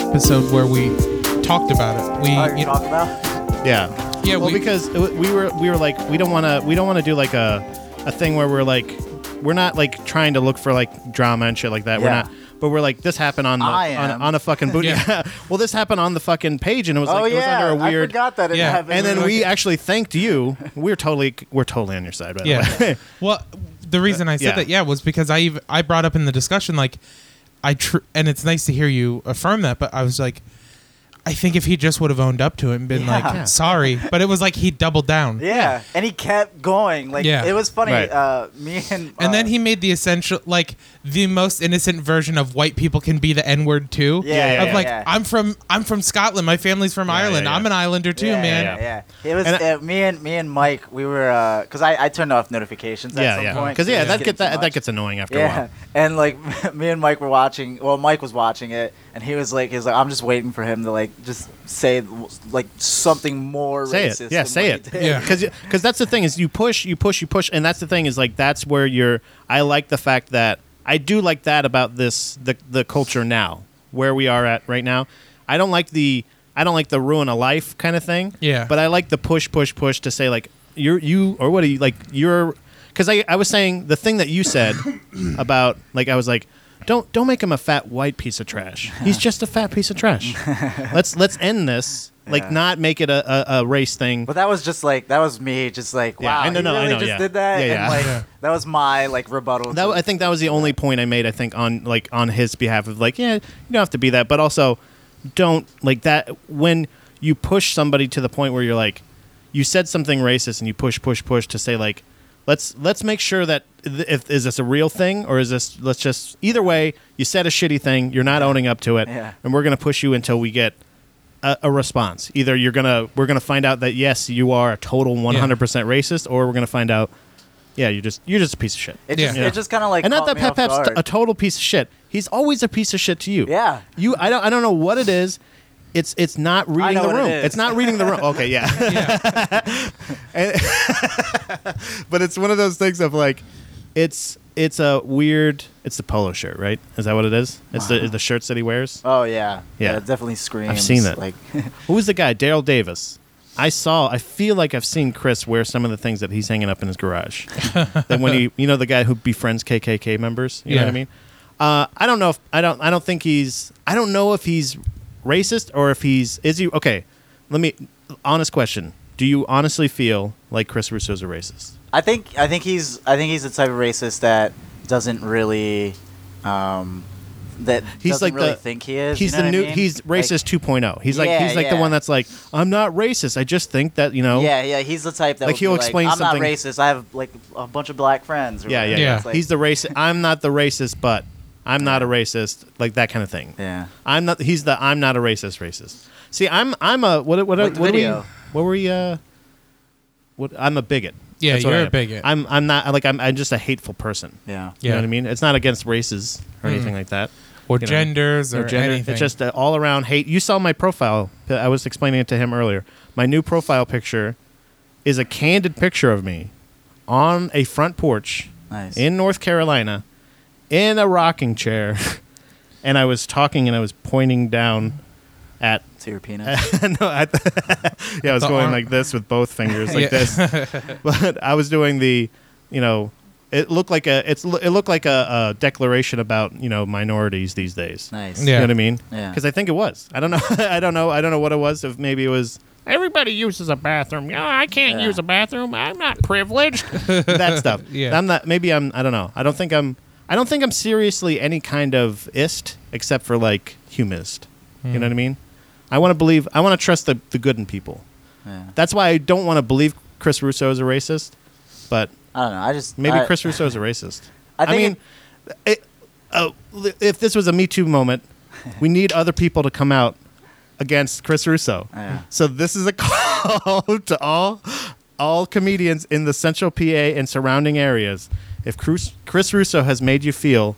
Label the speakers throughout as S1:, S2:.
S1: episode where we talked about it. We
S2: Oh, you're
S1: you-
S2: talking about?
S3: Yeah.
S1: Yeah,
S3: Well,
S1: we-
S3: because it w- we were we were like we don't want to we don't want to do like a a thing where we're like we're not like trying to look for like drama and shit like that. We're
S2: Yeah.
S3: not. But we're like this happened on the,
S2: I
S3: on,
S2: am.
S3: on a fucking boot.
S1: Yeah.
S3: well, this happened on the fucking page, and it was
S2: oh
S3: like it
S2: yeah,
S3: was under a
S2: I
S3: weird.
S2: forgot that it
S1: Yeah.
S2: happened.
S3: And then
S2: Like,
S3: we actually thanked you. We're totally we're totally on your side. By the
S1: yeah.
S3: way.
S1: well, the reason I said
S3: Yeah.
S1: that yeah was because I ev- I brought up in the discussion like I tr- and it's nice to hear you affirm that, but I was like. I think if he just would have owned up to it and been
S2: Yeah.
S1: like, "Sorry," but it was like he doubled down.
S2: yeah, and he kept going. Like
S1: Yeah.
S2: it was funny.
S3: Right.
S2: Uh, me and
S1: And then
S2: uh,
S1: he made the essential, like the most innocent version of white people can be the N word too.
S2: Yeah, yeah,
S1: of
S2: yeah,
S1: like
S2: yeah.
S1: I'm from I'm from Scotland. My family's from Ireland.
S3: yeah, yeah.
S1: I'm an Islander too,
S2: yeah,
S1: man.
S2: Yeah, yeah. it was
S3: And I-
S2: uh, me and me and Mike. We were because I, I turned off notifications. at
S3: yeah,
S2: some
S3: yeah.
S2: point,
S3: Because yeah,
S2: it was
S3: that
S2: getting
S3: get that
S2: too
S3: that
S2: much.
S3: gets annoying after a
S2: Yeah,
S3: while.
S2: and like me and Mike were watching. Well, Mike was watching it, and he was like, he was like, I'm just waiting for him to like just say like something more
S3: say
S2: racist.
S3: it. Yeah,
S2: than
S3: say
S2: what
S3: it.
S2: he did.
S1: Yeah.
S3: because that's the thing is you push, you push, you push, and that's the thing is like that's where you're. I like the fact that I do like that about this the the culture now where we are at right now. I don't like the I don't like the ruin a life kind of thing.
S1: Yeah.
S3: but I like the push, push, push to say like you're you or what are you like you're because I I was saying the thing that you said about like I was like. Don't don't make him a fat white piece of trash. He's just a fat piece of trash. let's let's end this. Like
S2: Yeah.
S3: not make it a, a, a race thing.
S2: But that was just like that was me, just like
S3: Yeah,
S2: wow,
S3: I know,
S2: he
S3: no, I
S2: really
S3: know,
S2: just
S3: yeah.
S2: did that,
S3: Yeah, yeah.
S2: and like
S1: Yeah.
S2: that was my like rebuttal.
S3: That,
S2: to-
S3: I think that was the only point I made. I think on like on his behalf of like, yeah, you don't have to be that, but also don't like that when you push somebody to the point where you're like, you said something racist and you push, push, push to say like, let's let's make sure that th- if is this a real thing or is this let's just either way you said a shitty thing, you're not owning up to it,
S2: Yeah.
S3: and we're gonna push you until we get. A, a response. Either you're gonna we're gonna find out that yes you are a total 100 percent racist, or we're gonna find out yeah you're just you're just a piece of shit
S2: it just
S1: Yeah.
S2: it just kind of like
S3: and
S2: caught
S3: not that
S2: me
S3: Pep
S2: off
S3: Pep's
S2: guard.
S3: a total piece of shit. He's always a piece of shit to you.
S2: Yeah.
S3: You, I don't, I don't know what it is. It's, it's not reading
S2: know
S3: the
S2: what
S3: room.
S2: it is.
S3: It's not reading the room. Okay, yeah. And- but it's one of those things of like, it's, it's a weird. It's the polo shirt, right? Is that what it is? It's the, the shirts that he wears.
S2: oh yeah,
S3: Yeah.
S2: it definitely screams.
S3: seen that.
S2: Like
S3: Who was the guy? Daryl Davis. I saw. I feel like I've seen Chris wear some of the things that he's hanging up in his garage. then when he, you know, the guy who befriends KKK members. You know what I
S1: Yeah.
S3: mean? Uh, I don't know if I don't. I don't think he's. I don't know if he's racist or if he's. Is he okay? Let me. Honest question. Do you honestly feel like Chris Russo is a racist?
S2: I think I think he's I think he's the type of racist that doesn't really um that
S3: He's
S2: doesn't
S3: like
S2: really
S3: the-
S2: think he is.
S3: He's
S2: you know
S3: the
S2: what
S3: new.
S2: I mean?
S3: He's racist 2.0. He's like
S2: Yeah,
S3: he's like the
S2: yeah.
S3: one that's like I'm not racist. I just think that you know.
S2: Like, yeah, yeah, he's the type that
S3: Like,
S2: would
S3: he'll
S2: be
S3: explain
S2: like, I'm
S3: something-
S2: not racist. I have like a bunch of black friends. Or
S3: Yeah, yeah,
S2: whatever.
S3: yeah.
S2: It's like-
S3: He's the racist. I'm not the racist, but I'm not a racist. Like that kind of thing.
S2: yeah.
S3: I'm not. He's the I'm not a racist racist. See, I'm I'm a what what
S2: Like the
S3: what, are we,
S2: video.
S3: what were we uh what I'm a bigot.
S1: Yeah,
S3: what
S1: you're
S3: I
S1: a
S3: am.
S1: bigot.
S3: I'm I'm not like I'm I'm just a hateful person.
S2: Yeah.
S3: You know
S1: Yeah.
S3: what I mean? It's not against races or anything like that.
S1: Or
S3: You know,
S1: genders
S3: or
S1: or
S3: gender.
S1: anything.
S3: It's just uh, all around hate. You saw my profile. I was explaining it to him earlier. My new profile picture is a candid picture of me on a front porch
S2: Nice.
S3: in North Carolina in a rocking chair. and I was talking and I was pointing down at.
S2: To your penis.
S3: no, I yeah, I was
S1: The
S3: going
S1: arm-
S3: like this with both fingers, like
S1: Yeah.
S3: this. But I was doing the, you know, it looked like a it's it looked like a, a declaration about you know minorities these days.
S2: nice.
S1: Yeah.
S3: You know what I mean?
S2: Yeah.
S3: Because I think it was. I don't know. I don't know. I don't know what it was. If maybe it was. Everybody uses a bathroom. Yeah, I can't
S2: Yeah.
S3: use a bathroom. I'm not privileged. that stuff.
S1: Yeah.
S3: I'm not. Maybe I'm. I don't know. I don't think I'm. I don't think I'm seriously any kind of ist except for like humist. You know what I mean? I want to believe. I want to trust the the good in people.
S2: Yeah.
S3: That's why I don't want to believe Chris Russo is a racist. But
S2: I don't know. I just
S3: Maybe
S2: I,
S3: Chris Russo is a racist. I,
S2: I think
S3: mean, it, uh, li- if this was a Me Too moment, we need other people to come out against Chris Russo.
S2: Oh, Yeah.
S3: So this is a call to all all comedians in the Central PA and surrounding areas. If Chris, Chris Russo has made you feel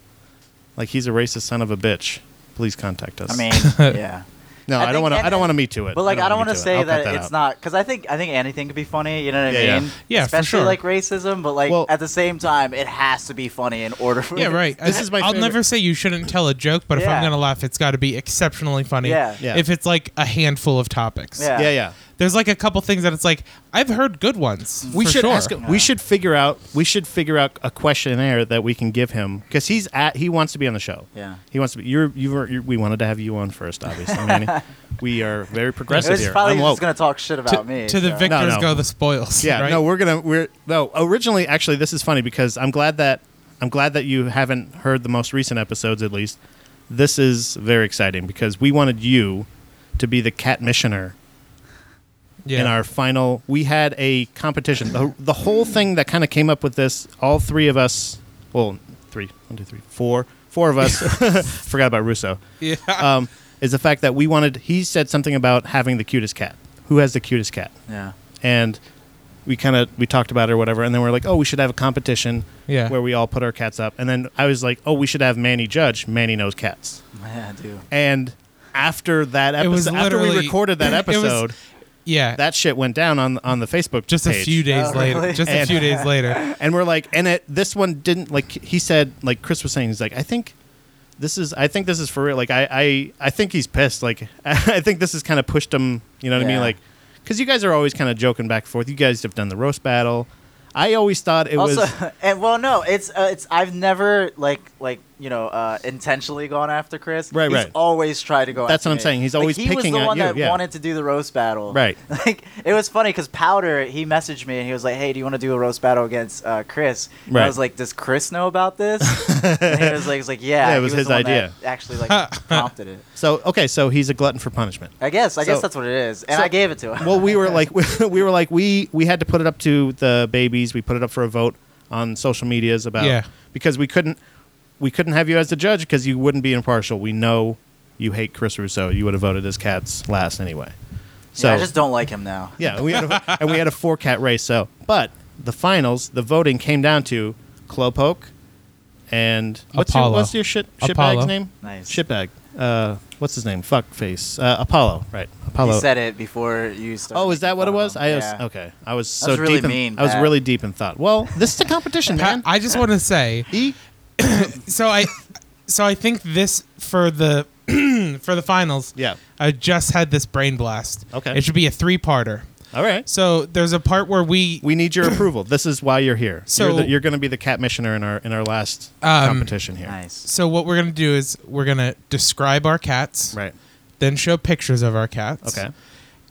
S3: like he's a racist son of a bitch, please contact us.
S2: I mean, yeah.
S3: No, I, don't
S2: think-
S3: want to.
S2: and-
S3: I don't want to meet to it.
S2: But like, I don't
S3: wanna
S2: want to
S3: meet it.
S2: say
S3: I'll cut
S2: that it's
S3: out.
S2: not because I think I think anything could be funny. You know what I
S3: Yeah, yeah.
S2: mean?
S1: Yeah, for
S2: Especially
S1: sure.
S2: like racism, but like
S3: Well-
S2: at the same time, it has to be funny in order for
S1: Yeah, right.
S3: This
S1: I,
S3: is my
S1: I'll
S3: favorite-
S1: never say you shouldn't tell a joke, but if
S2: Yeah.
S1: I'm gonna laugh, it's got to be exceptionally funny.
S2: Yeah.
S3: Yeah.
S1: If it's like a handful of topics.
S2: Yeah.
S3: Yeah, yeah.
S1: There's like a couple things that it's like I've heard good ones.
S3: Mm, We
S1: for
S3: should
S1: sure.
S3: ask. We should figure out. We should figure out a questionnaire that we can give him because he's at. He wants to be on the show.
S2: Yeah.
S3: He wants to be. You're. You were. You're, we wanted to have you on first, obviously. Manny. we are very
S2: It
S3: progressive
S2: was
S3: here.
S2: probably
S3: I'm
S2: just
S3: woke.
S2: gonna talk shit about
S1: to,
S2: me.
S1: to the
S2: so.
S1: victors
S3: No, no.
S1: go the spoils.
S3: Yeah,
S1: right?
S3: no, we're gonna we're no. Originally, actually, this is funny because I'm glad that I'm glad that you haven't heard the most recent episodes. At least this is very exciting because we wanted you to be the cat missioner
S1: yeah.
S3: in our final. We had a competition. The, the whole thing that kind of came up with this, all three of us, well, three, one, two, three, four, four of us. forgot about Russo.
S1: yeah.
S3: Um, is the fact that we wanted. He said something about having the cutest cat. Who has the cutest cat?
S2: yeah.
S3: and we kind of we talked about it or whatever and then we're like oh we should have a competition
S1: Yeah.
S3: where we all put our cats up and then i was like oh we should have manny judge manny knows cats
S2: Yeah, I do.
S3: and after that
S1: It was
S3: episode after we
S1: literally-
S3: recorded that
S1: it was-
S3: episode
S1: yeah.
S3: that shit went down on on the facebook
S1: just a
S3: page.
S1: few days
S2: Oh,
S1: later.
S2: really?
S1: Just a
S3: And-
S1: few days later.
S3: and we're like and it this one didn't like he said like chris was saying he's like i think this is i think this is for real like i i, I think he's pissed like i think this has kind of pushed him you know what i mean
S2: Yeah.
S3: like because you guys are always kind of joking back and forth you guys have done the roast battle i always thought it
S2: also,
S3: was
S2: and well, no, it's uh, it's I've never like like you know uh, intentionally gone after Chris.
S3: Right,
S2: He's
S3: right.
S2: always tried to go.
S3: That's
S2: after
S3: what I'm
S2: me.
S3: saying. He's
S2: Like,
S3: always
S2: he was
S3: picking
S2: the
S3: at
S2: one
S3: you,
S2: that
S3: yeah.
S2: wanted to do the roast battle.
S3: Right.
S2: Like it was funny because Powder he messaged me and he was like, "Hey, do you want to do a roast battle against uh, Chris?" And
S3: Right.
S2: I was like, "Does Chris know about this?" and he was like, "He's like, yeah,
S3: Yeah, it
S2: he
S3: was his
S2: the one that
S3: idea.
S2: actually, like prompted it.
S3: so okay so he's a glutton for punishment
S2: I guess. I
S3: So-
S2: guess that's what it is. And
S3: so-
S2: I gave it to him.
S3: well we were like we, were like we we had to put it up to the babies we put it up for a vote on social medias about
S1: Yeah.
S3: because we couldn't we couldn't have you as the judge because you wouldn't be impartial we know you hate chris russo you would have voted as cats last anyway so
S2: yeah, I just don't like him now.
S3: yeah, we had a, and we had a four cat race so but the finals the voting came down to clopoke and what's
S1: Apollo.
S3: your what's your shit
S1: Apollo.
S3: shitbag's name
S2: Nice.
S3: shitbag uh what's his name fuck face uh, apollo right apollo
S2: He said it before you started.
S3: Oh, is that
S2: making fun
S3: what it
S2: of
S3: was?
S2: him.
S3: I was
S2: yeah.
S3: okay. I was so
S2: That's really
S3: deep. In,
S2: mean,
S3: I was
S2: Pat.
S3: really deep in thought. Well, this is a competition, man.
S1: Pat, I just want to say.
S3: E-
S1: So I, so I think this for the for the finals.
S3: Yeah.
S1: I just had this brain blast.
S3: Okay.
S1: It should be a three-parter.
S3: All right.
S1: So there's a part where we
S3: We need your approval. This is why you're here.
S1: So-
S3: you're, the- you're going to be the cat missioner in our in our last
S1: Um,
S3: competition here.
S2: Nice.
S1: So what we're gonna do is we're gonna describe our cats,
S3: Right.
S1: Then show pictures of our cats,
S3: Okay.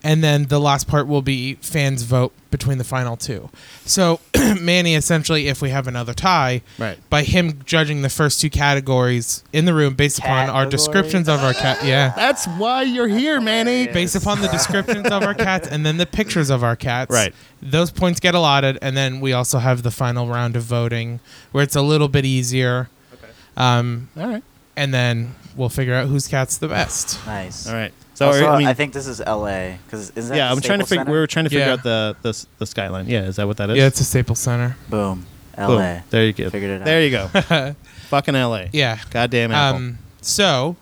S1: And then the last part will be fans vote between the final two. So Manny, essentially, if we have another tie,
S3: Right.
S1: By him judging the first two categories in the room based upon our
S2: Categories.
S1: descriptions of our cat, yeah.
S3: That's why you're here, Manny.
S2: hilarious.
S1: Based upon the descriptions of our cats and then the pictures of our cats,
S3: Right.
S1: Those points get allotted, and then we also have the final round of voting where it's a little bit easier. Um,
S3: All right.
S1: and then we'll figure out whose cat's the best.
S2: Nice.
S3: All right. So
S2: So also,
S3: I
S2: I,
S3: mean,
S2: think this is L.A. Because is that
S3: yeah,
S2: the
S3: I'm trying to
S2: Staples
S3: figure.
S2: Center?
S3: We were trying to figure
S1: Yeah.
S3: out the, the s- the skyline. Yeah, is that what that is?
S1: Yeah, it's a Staples Center.
S2: Boom.
S3: Boom.
S2: L.A.
S3: There you go.
S2: Figured it out.
S3: There you go. Fucking L.A.
S1: Yeah.
S3: Goddamn Apple.
S1: Um. So.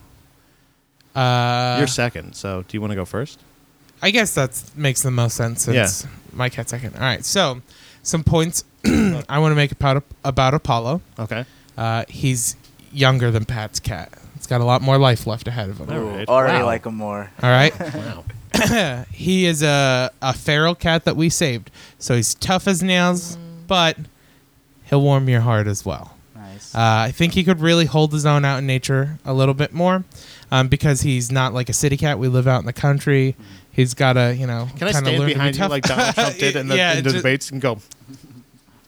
S1: Uh,
S3: you're second. So do you want to go first?
S1: I guess that makes the most sense. Since My cat second. All right. So, some points I want to make about about Apollo.
S3: Okay.
S1: Uh, he's younger than Pat's cat. It's got a lot more life left ahead of him.
S3: All
S2: Ooh,
S3: right.
S2: Already
S3: Wow.
S2: like him more.
S1: All right.
S3: Wow.
S1: he is a a feral cat that we saved. So he's tough as nails, but he'll warm your heart as well.
S2: Nice.
S1: Uh, I think he could really hold his own out in nature a little bit more, um, because he's not like a city cat. We live out in the country. He's got to, you know,
S3: Can I
S1: kinda
S3: stand
S1: learn to be
S3: behind you
S1: tough.
S3: like Donald Trump did in the,
S1: Yeah,
S3: in the
S1: ju-
S3: debates and go?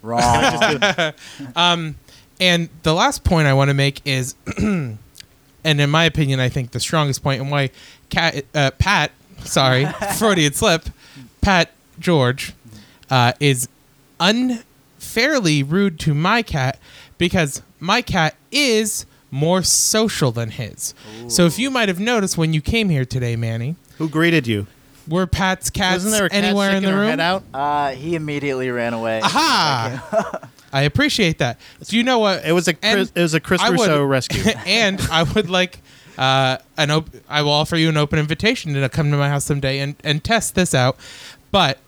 S2: Wrong.
S1: And the last point I want to make is, and in my opinion, I think the strongest point and why cat uh, Pat, sorry, Freudian slip, Pat George, uh, is unfairly rude to my cat because my cat is more social than his. So if you might have noticed when you came here today, Manny,
S3: Who greeted you?
S1: were Pat's cats
S3: Wasn't there a cat
S1: anywhere in
S3: sticking
S1: the
S3: her
S1: room?
S3: head out?
S2: uh, he immediately ran away.
S1: Aha! I appreciate that. Do you know what?
S3: It was a Chris,
S1: And
S3: it was a Chris
S1: I would-
S3: Russo rescue.
S1: and I would like Uh, an op- I will offer you an open invitation to come to my house someday and, and test this out. But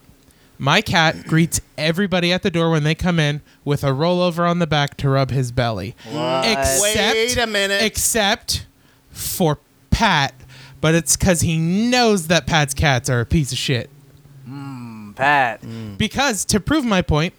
S1: my cat greets everybody at the door when they come in with a rollover on the back to rub his belly. Except,
S3: Wait a minute.
S1: Except for Pat, but it's because he knows that Pat's cats are a piece of shit.
S2: Pat.
S3: Mm.
S1: Because to prove my point,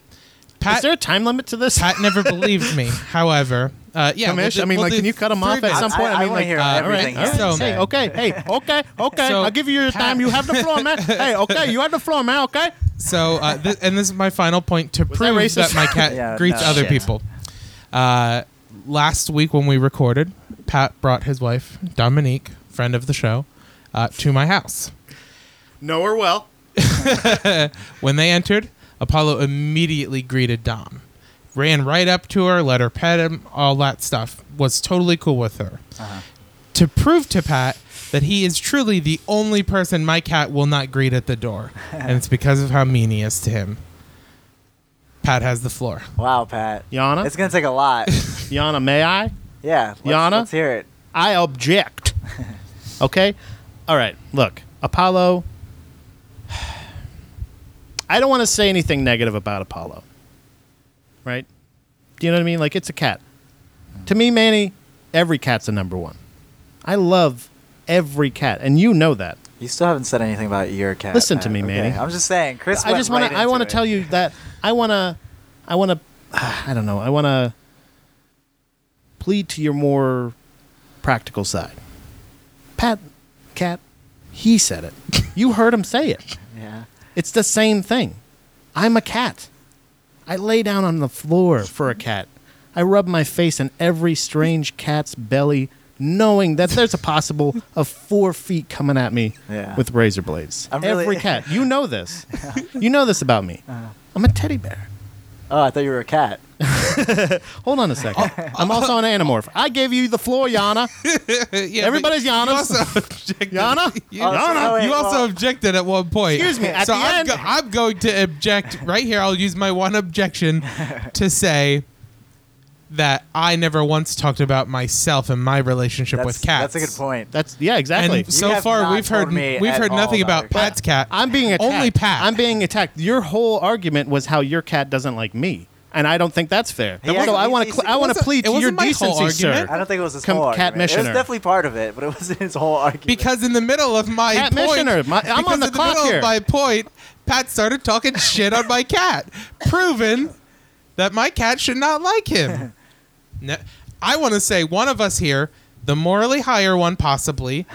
S1: Pat
S3: Hmm. Is there a time limit to this?
S1: Pat never believed me. However, uh, yeah,
S3: Commish?
S1: do-
S3: I mean, like,
S1: do
S3: can you cut him off
S1: three
S3: at some
S1: minutes.
S3: point?
S2: I- I
S3: mean,
S2: wanna
S3: like, uh,
S2: hear
S3: all
S2: everything
S3: all right.
S1: here. So-
S3: hey, okay, hey, okay, okay.
S1: So-
S3: I'll give you your time. You have the floor, man. Hey, okay, you have the floor, man. Okay.
S1: So, uh, th- and this is my final point to
S3: that
S1: prove
S3: racist?
S1: that my cat
S2: Yeah,
S1: greets
S2: no.
S1: other
S3: Shit.
S1: people. Uh, last week when we recorded, Pat brought his wife Dominique, friend of the show, uh, to my house.
S3: Know her well.
S1: When they entered, Apollo immediately greeted Dom, ran right up to her, let her pet him, all that stuff. Was totally cool with her. To prove to Pat that he is truly the only person my cat will not greet at the door, and it's because of how mean he is to him. Pat has the floor.
S2: Wow, Pat.
S3: Yana?
S2: It's gonna take a lot.
S3: Yana, may I?
S2: Yeah. Let's,
S3: Yana?
S2: Let's hear it.
S3: I object. okay? All right. Look, Apollo. I don't want to say anything negative about Apollo. Right? Do you know what I mean? Like, it's a cat. To me, Manny, every cat's a number one. I love every cat, and you know that.
S2: You still haven't said anything about your cat.
S3: Listen to
S2: Pat.
S3: me,
S2: Okay,
S3: Manny.
S2: I'm just saying, Chris.
S3: I just want
S2: want
S3: to. I want to tell you that I want to. I want to. I don't know. I want to plead to your more practical side. Pat, cat, he said it. You heard him say it.
S2: Yeah.
S3: It's the same thing. I'm a cat. I lay down on the floor for a cat. I rub my face in every strange cat's belly, knowing that there's a possible of four feet coming at me
S2: Yeah.
S3: with razor blades.
S2: I'm
S3: every
S2: really-
S3: cat. You know this. you know this about me.
S1: Uh-huh.
S3: I'm a teddy bear.
S2: Oh, I thought you were a cat.
S3: Hold on a second. I'm also an anamorph. I gave you the floor, Yana.
S1: yeah, but
S3: Everybody's Yana.
S1: You also objected.
S3: Yana?
S1: You,
S2: Oh, so-
S3: Yana?
S2: oh, wait,
S1: you also
S2: well-
S1: objected at one point.
S3: Excuse me, at
S1: so
S3: the
S1: I'm,
S3: end-
S1: go- I'm going to object right here. I'll use my one objection to say that I never once talked about myself and my relationship
S2: That's,
S1: with cats.
S2: That's a good point.
S3: That's yeah, exactly.
S1: And so
S2: have
S1: far,
S2: not
S1: we've heard
S2: told me
S1: we've
S2: at
S1: heard
S2: all
S1: nothing
S2: about
S1: about
S2: your
S1: Pat's cat.
S3: I'm being attacked.
S1: Only Pat.
S3: I'm being attacked. Your whole argument was how your cat doesn't like me, and I don't think that's fair.
S2: He
S3: so
S2: actually-
S3: I want
S2: he-
S3: to
S2: he-
S3: I want to
S1: wasn't-
S3: plead
S1: it
S3: to your
S1: wasn't my whole
S3: decency, sir.
S1: argument.
S2: I don't think it was his
S3: Come-
S2: whole
S3: cat
S2: argument. It was
S3: missioner.
S2: definitely part of it, but it wasn't his whole argument.
S1: because in the middle of my
S3: Pat
S1: point,
S3: Missioner, my- I'm
S1: because
S3: on the
S1: in
S3: clock
S1: the middle
S3: here.
S1: of my point, Pat started talking shit on my cat, proving that my cat should not like him. No, I want to say one of us here, the morally higher one possibly,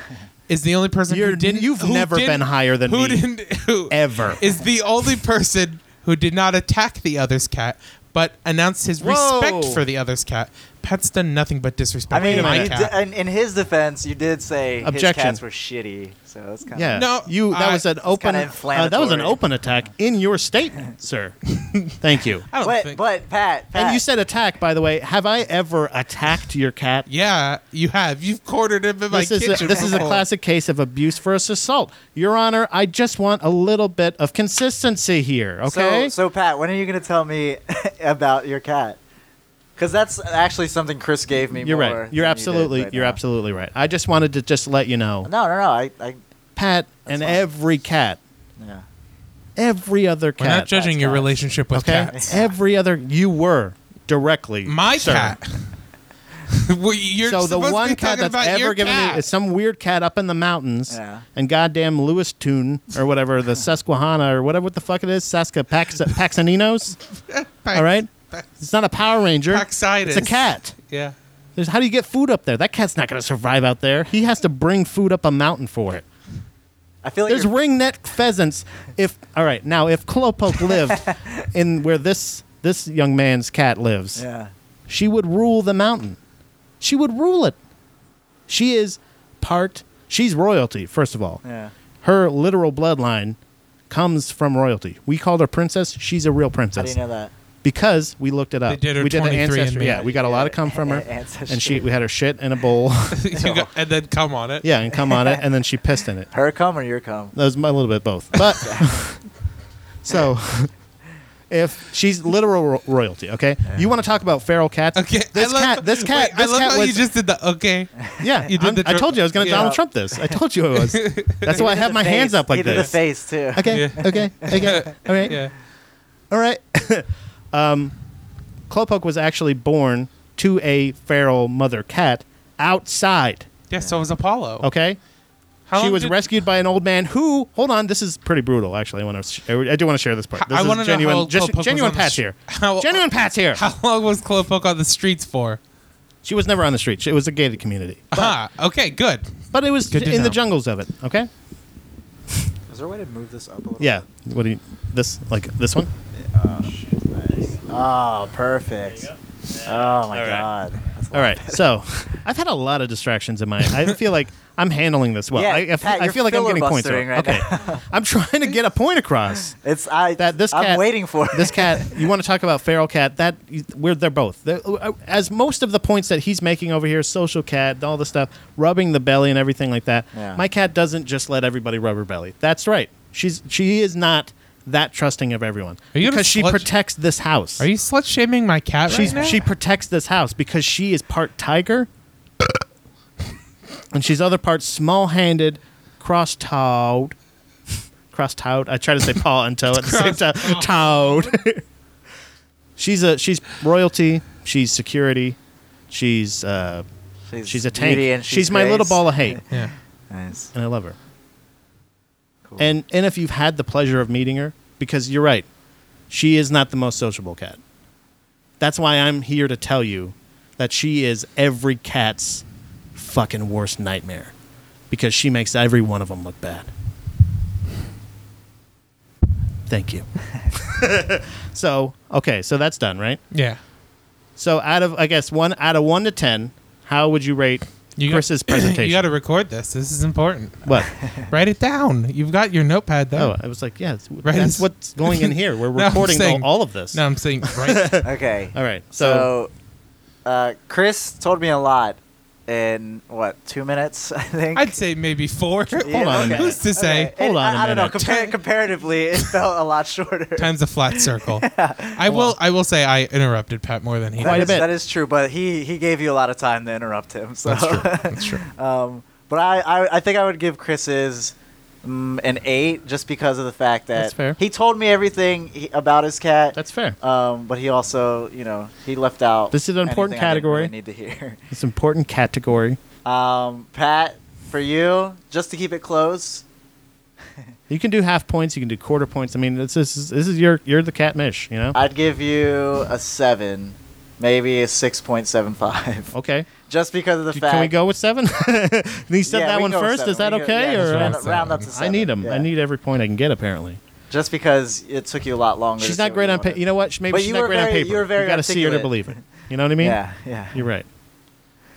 S1: is the only person
S3: You're-
S1: who didn't.
S3: you've
S1: who
S3: never
S1: didn't-
S3: been higher than
S1: who
S3: me.
S1: Didn't, who
S3: Ever.
S1: is the only person who did not attack the other's cat, but announced his respect
S3: Whoa.
S1: for the other's cat. Pat's done nothing but disrespect
S2: I mean,
S1: my
S2: you
S1: cat.
S3: uh,
S2: di- in, in his defense, you did say
S3: Objection.
S2: his cats were shitty, so that's kind
S3: Yeah.
S2: of
S1: No,
S3: you. That
S1: I-
S3: was an open.
S2: kinda
S3: Uh, that was an
S2: inflammatory.
S3: open attack in your statement, sir. Thank you.
S1: I don't
S2: But
S1: think.
S2: but Pat, Pat,
S3: And you said attack, by the way. Have I ever attacked your cat?
S1: Yeah, you have. You've quartered him in my
S3: This is,
S1: kitchen.
S3: a, this is a
S1: before.
S3: classic case of abuse versus assault. Your Honor, I just want a little bit of consistency here, okay?
S2: So, so Pat, when are you going to tell me about your cat? Because that's actually something Chris gave me.
S3: you're
S2: more
S3: right.
S2: than
S3: You're
S2: you did
S3: absolutely
S2: right
S3: you're
S2: now.
S3: absolutely right. I just wanted to just let you know.
S2: No, no, no. I, I
S3: Pat and
S2: fine.
S3: every cat,
S2: yeah.
S3: every other
S1: We're
S3: cat.
S1: not judging your
S2: cats.
S1: relationship with
S3: okay?
S1: cats.
S3: Every other you were directly
S1: My
S3: sir.
S1: cat. Well, you're
S3: so the
S1: supposed to
S3: one
S1: be
S3: cat
S1: talking
S3: that's
S1: about
S3: ever
S1: your
S3: given
S1: cat.
S3: me is some weird cat up in the mountains
S2: Yeah.
S3: and goddamn Lewis Tune or whatever the Susquehanna or whatever what the fuck it is Saskapax Paxaninos. All right, it's not a Power Ranger.
S1: Paxitis.
S3: It's a cat.
S1: Yeah.
S3: There's, how do you get food up there? That cat's not going to survive out there. He has to bring food up a mountain for it.
S2: I feel like
S3: There's
S2: you're-
S3: ringneck pheasants. If all right, now if Clopoke lived in where this this young man's cat lives,
S2: yeah.
S3: she would rule the mountain. She would rule it. She is part. She's royalty, first of all.
S2: Yeah.
S3: Her literal bloodline comes from royalty. We called her princess. She's a real
S2: How do
S3: princess
S2: you know that?
S3: because we looked it up.
S1: did her
S3: we did the
S1: 23andMe.
S3: ancestry. Yeah, we got a lot of come from her,
S2: Ancestry.
S3: and she we had her shit in a bowl.
S1: You go- and then come on it.
S3: yeah, and come on it, and then she pissed in it.
S2: Her cum or your cum?
S3: That was a little bit both, but so if she's literal ro- royalty. Okay, you want to talk about feral cats?
S1: Okay,
S3: this
S1: I love-
S3: cat, this cat,
S1: wait,
S3: this
S1: I love
S3: cat
S1: how
S3: was
S1: you just did the okay.
S3: yeah.
S1: you did
S3: I'm-
S1: the
S3: I
S1: dr-
S3: told you I was going to
S1: yeah.
S3: Donald Trump this. I told you I was. That's why I have my
S2: Face.
S3: hands up like
S2: he did
S3: this.
S2: the face too.
S3: Okay,
S1: Yeah.
S3: okay, okay, all right.
S1: Yeah,
S3: All right. um, Clopok was actually born to a feral mother cat outside.
S1: yeah. So was Apollo.
S3: Okay.
S1: How
S3: she
S1: long
S3: was
S1: did-
S3: rescued by an old man who. Hold on, this is pretty brutal. Actually, I want to. Sh- I do want to share this part.
S1: I-
S3: This
S1: I
S3: is
S1: wanna know
S3: genuine.
S1: how
S3: just,
S1: Clopok was
S3: genuine
S1: on the
S3: Pat's
S1: sh-
S3: here.
S1: how-
S3: genuine Pat's here.
S1: How long was Clopoke on the streets for?
S3: She was never on the street. She- It was a gated community,
S1: Ah, okay, good.
S3: but it was
S1: Good to
S3: in the
S1: know.
S3: jungles of it. Okay.
S2: Is there a way to move this up a little?
S3: Yeah. What do you? This like this one?
S2: Oh, perfect. Oh my
S3: All right.
S2: god. That's a
S3: All
S2: lot
S3: right.
S2: better.
S3: So I've had a lot of distractions in my. I feel like I'm handling this well.
S2: Yeah,
S3: I, I, f-
S2: Pat,
S3: I
S2: you're
S3: feel like I'm getting points.
S2: filibustering
S3: over.
S2: right
S3: okay. I'm trying to get a point across.
S2: It's I.
S3: That this
S2: I'm
S3: cat-
S2: waiting for it.
S3: This cat. You want to talk about feral cat? That we're they're both. They're- uh, as most of the points that he's making over here, social cat, all the stuff, rubbing the belly and everything like that.
S2: Yeah.
S3: My cat doesn't just let everybody rub her belly. That's right. She's she is not that trusting of everyone
S1: Are you gonna
S3: because she
S1: slut-
S3: protects this house.
S1: Are you slut shaming my cat
S3: She's
S1: right now?
S3: she protects this house because she is part tiger, and she's other part small-handed, cross-toed, cross-toed. I try to say paw and toe at the same time. Toed. she's a she's royalty. She's security. She's uh,
S2: She's,
S3: she's a tank.
S2: beauty and
S3: She's, my little
S2: grace.
S3: ball of hate,
S1: yeah.
S2: Nice.
S3: and I love her.
S2: Cool.
S3: And and if you've had the pleasure of meeting her, because you're right, she is not the most sociable cat. That's why I'm here to tell you that she is every cat's fucking worst nightmare, because she makes every one of them look bad. Thank you. so okay, so that's done, right?
S1: Yeah.
S3: So out of I guess one out of one to ten, how would you rate
S1: You got-
S3: Chris's presentation?
S1: You got to record this. This is important.
S3: what?
S1: Write it down. You've got your notepad
S3: Oh,
S1: though.
S3: I was like, yeah, it's-
S1: Right, it's-
S3: that's what's going in here. We're
S1: No, I'm
S3: recording
S1: saying-
S3: all, all of this.
S1: no, I'm saying right.
S2: Okay.
S3: All right.
S2: So,
S3: So,
S2: uh, Chris told me a lot in what two minutes? I think.
S1: I'd say maybe four.
S2: Yeah,
S3: hold on a minute.
S1: Who's to say?
S2: It-
S3: Hold on
S2: I,
S3: a
S2: I don't know.
S3: minute.
S2: Compar- comparatively, it felt a lot shorter.
S1: Times a flat circle. I will. I will say I interrupted Pat more than he.
S2: That
S3: Quite a
S1: did.
S2: is-
S3: bit.
S2: That is true, but he he gave you a lot of time to interrupt him. So.
S1: That's true. That's true.
S2: um, but I, I I think I would give Chris's. mm an eight, just because of the fact that
S3: That's fair.
S2: he told me everything he, about his cat.
S3: that's fair.
S2: Um, but he also, you know, he left out.
S3: This is an important
S2: anything I didn't
S3: category.
S2: really need to hear.
S3: It's an important category.
S2: Um, Pat, for you, just to keep it close.
S3: You can do half points. You can do quarter points. I mean, this is this is your you're the cat mish. You know.
S2: I'd give you a seven, maybe a six point seven five,
S3: okay.
S2: just because of the
S3: D-
S2: fact.
S3: Can we go with seven? he said
S2: Yeah,
S3: that
S2: we
S3: one
S2: can go with
S3: first. Is that
S2: seven. We can-
S3: okay?
S2: yeah, just
S3: or
S2: round,
S1: uh,
S2: up- round up to
S3: I
S2: seven.
S3: need them. I
S2: yeah.
S3: need every point I can get. Apparently,
S2: Just because it took you a lot longer.
S3: she's
S2: to
S3: not
S2: see
S3: great
S2: what
S3: on paper.
S2: wanted.
S3: You know what? She- Maybe
S2: But
S3: she's
S2: you
S3: not
S2: were
S3: great on
S2: very-
S3: paper.
S2: you were very
S3: got to see her to
S2: articulate.
S3: believe it. You know what I mean?
S2: Yeah, yeah.
S3: You're right.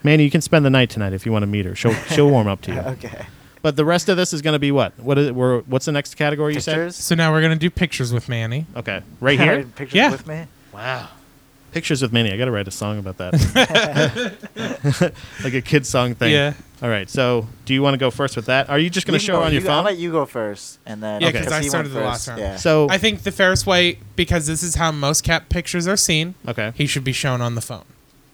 S3: Manny, you can spend the night tonight if you want to meet her. She'll she'll warm up to you.
S2: Okay.
S3: But the rest of this is going to be what? What is it? We're, what's the next category you said?
S2: Pictures.
S1: So now we're gonna do pictures with Manny.
S3: Okay, right here.
S2: Pictures
S1: Yeah.
S2: with me.
S3: wow. Pictures with Manny. I got to write a song about that, like a kid song thing.
S1: Yeah.
S3: All right. So, do you want to go first with that? Are you just going to
S2: You
S3: show her
S2: go-
S3: on your
S2: you go-
S3: phone?
S2: I'll let you go first, and then
S1: Yeah,
S3: Okay. 'cause I
S2: he went
S1: started the
S2: first,
S1: last round.
S2: Yeah.
S3: so,
S1: I think the fairest way, because this is how most cat pictures are seen,
S3: okay.
S1: he should be shown on the phone.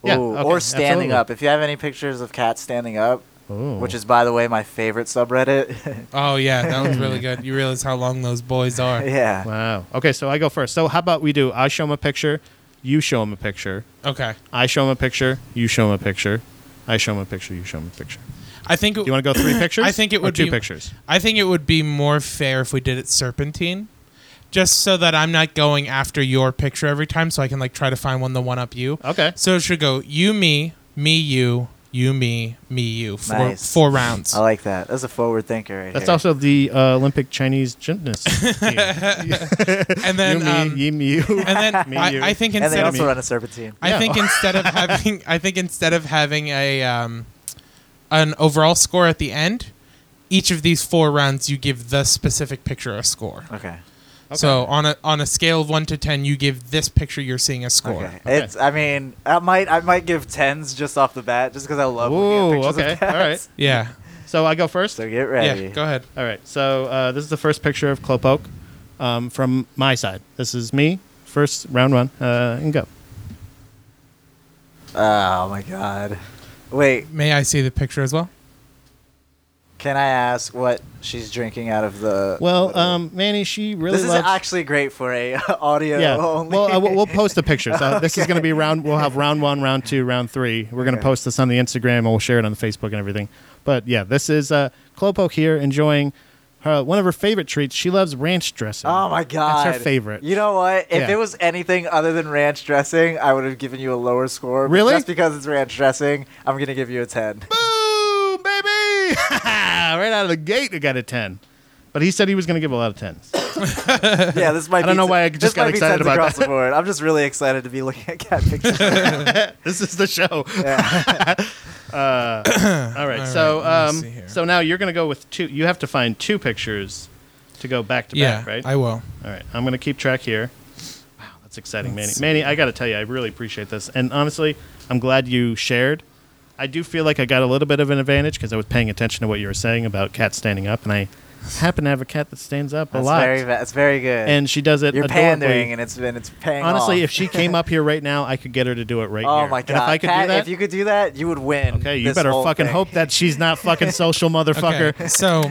S3: Yeah,
S2: Ooh,
S3: okay,
S2: or standing
S3: absolutely.
S2: up. If you have any pictures of cats standing up,
S3: Ooh.
S2: which is by the way my favorite subreddit.
S1: Oh yeah, that was really good. You realize how long those boys are.
S2: yeah.
S3: wow. Okay, so I go first. So, how about we do? I show him a picture. You show him a picture.
S1: Okay,
S3: I show him a picture. You show him a picture. I show him a picture. You show him a picture.
S1: I think
S3: Do you want to go three pictures?
S1: I think it
S3: or
S1: would
S3: two
S1: be-
S3: pictures.
S1: I think it would be more fair if we did it serpentine, just so that I'm not going after your picture every time, so I can like try to find one the one up you.
S3: Okay.
S1: So it should go you me me you you me me you four
S2: Nice.
S1: four rounds.
S2: I like that. That's a forward thinker right
S3: That's
S2: here.
S3: also the uh, Olympic Chinese gymnast. team.
S1: and then
S3: you, me,
S1: um,
S3: you, me, you.
S1: and then
S3: me, you.
S1: I, I think
S2: and they
S1: instead of
S2: also run a serpentine.
S1: I
S3: Yeah.
S1: think instead of having I think instead of having a um, an overall score at the end, each of these four rounds you give the specific picture a score.
S2: Okay.
S1: So on a on a scale of one to ten, you give this picture you're seeing a score.
S2: Okay. It's. I mean, I might. I might give tens just off the bat, just because I love.
S3: Ooh,
S2: looking at pictures
S3: okay.
S2: Of
S3: All
S2: cats.
S3: right.
S1: Yeah.
S3: So I go first.
S2: So get ready.
S1: Yeah. Go ahead.
S3: All right. So uh, this is the first picture of Clopoke um, from my side. This is me First round one, uh, and go.
S2: Oh my god. Wait,
S1: May I see the picture as well?
S2: can I ask what she's drinking out of the?
S3: Well, um, Manny, she
S2: Uh,
S3: really
S2: this is
S3: loves.
S2: actually great for a audio
S3: yeah.
S2: only.
S3: Well, uh, we'll- we'll post the pictures. Uh, this is
S2: Okay.
S3: going to be round. We'll have round one, round two, round three. We're going to
S2: Okay.
S3: post this on the Instagram and we'll share it on the Facebook and everything. But yeah, this is uh, Clopo here enjoying her one of her favorite treats. She loves ranch dressing.
S2: Oh my god.
S3: that's her favorite.
S2: You know what? If
S3: Yeah.
S2: it was anything other than ranch dressing, I would have given you a lower score. but
S3: Really?
S2: Just because it's ranch dressing, I'm gonna give you a ten.
S3: Boo, baby! right out of the gate, we got a ten. But he said he was going to give a lot of tens.
S2: yeah, this might.
S3: I don't
S2: be
S3: know
S2: t-
S3: why I just
S2: this
S3: got
S2: might be
S3: excited
S2: 10s
S3: about
S2: across
S3: that.
S2: the board. I'm just really excited to be looking at cat pictures.
S3: this is the show.
S2: yeah.
S3: All
S1: Uh,
S3: right.
S1: All
S3: so,
S1: right, let me see
S3: um,
S1: here.
S3: so now you're going to go with two. You have to find two pictures to go back to
S1: yeah,
S3: back, right?
S1: I will.
S3: All right, I'm gonna keep track here. Wow, that's exciting,
S1: Let's see.
S3: Manny. Manny, I gotta tell you, I really appreciate this, and honestly, I'm glad you shared. I do feel like I got a little bit of an advantage because I was paying attention to what you were saying about cats standing up, and I happen to have a cat that stands up a
S2: That's
S3: lot,
S2: very. va- It's very good.
S3: and she does it.
S2: you're
S3: adorably.
S2: pandering, and it's been it's paying.
S3: honestly,
S2: off.
S3: if she came up here right now, I could get her to do it right
S2: Oh
S3: here.
S2: my
S3: And
S2: god!
S3: if I could
S2: Pat,
S3: do that,
S2: if you could do that, you would win.
S3: okay, you
S2: this
S3: better
S2: whole
S3: fucking
S2: thing.
S3: hope that she's not fucking social motherfucker.
S1: Okay. So,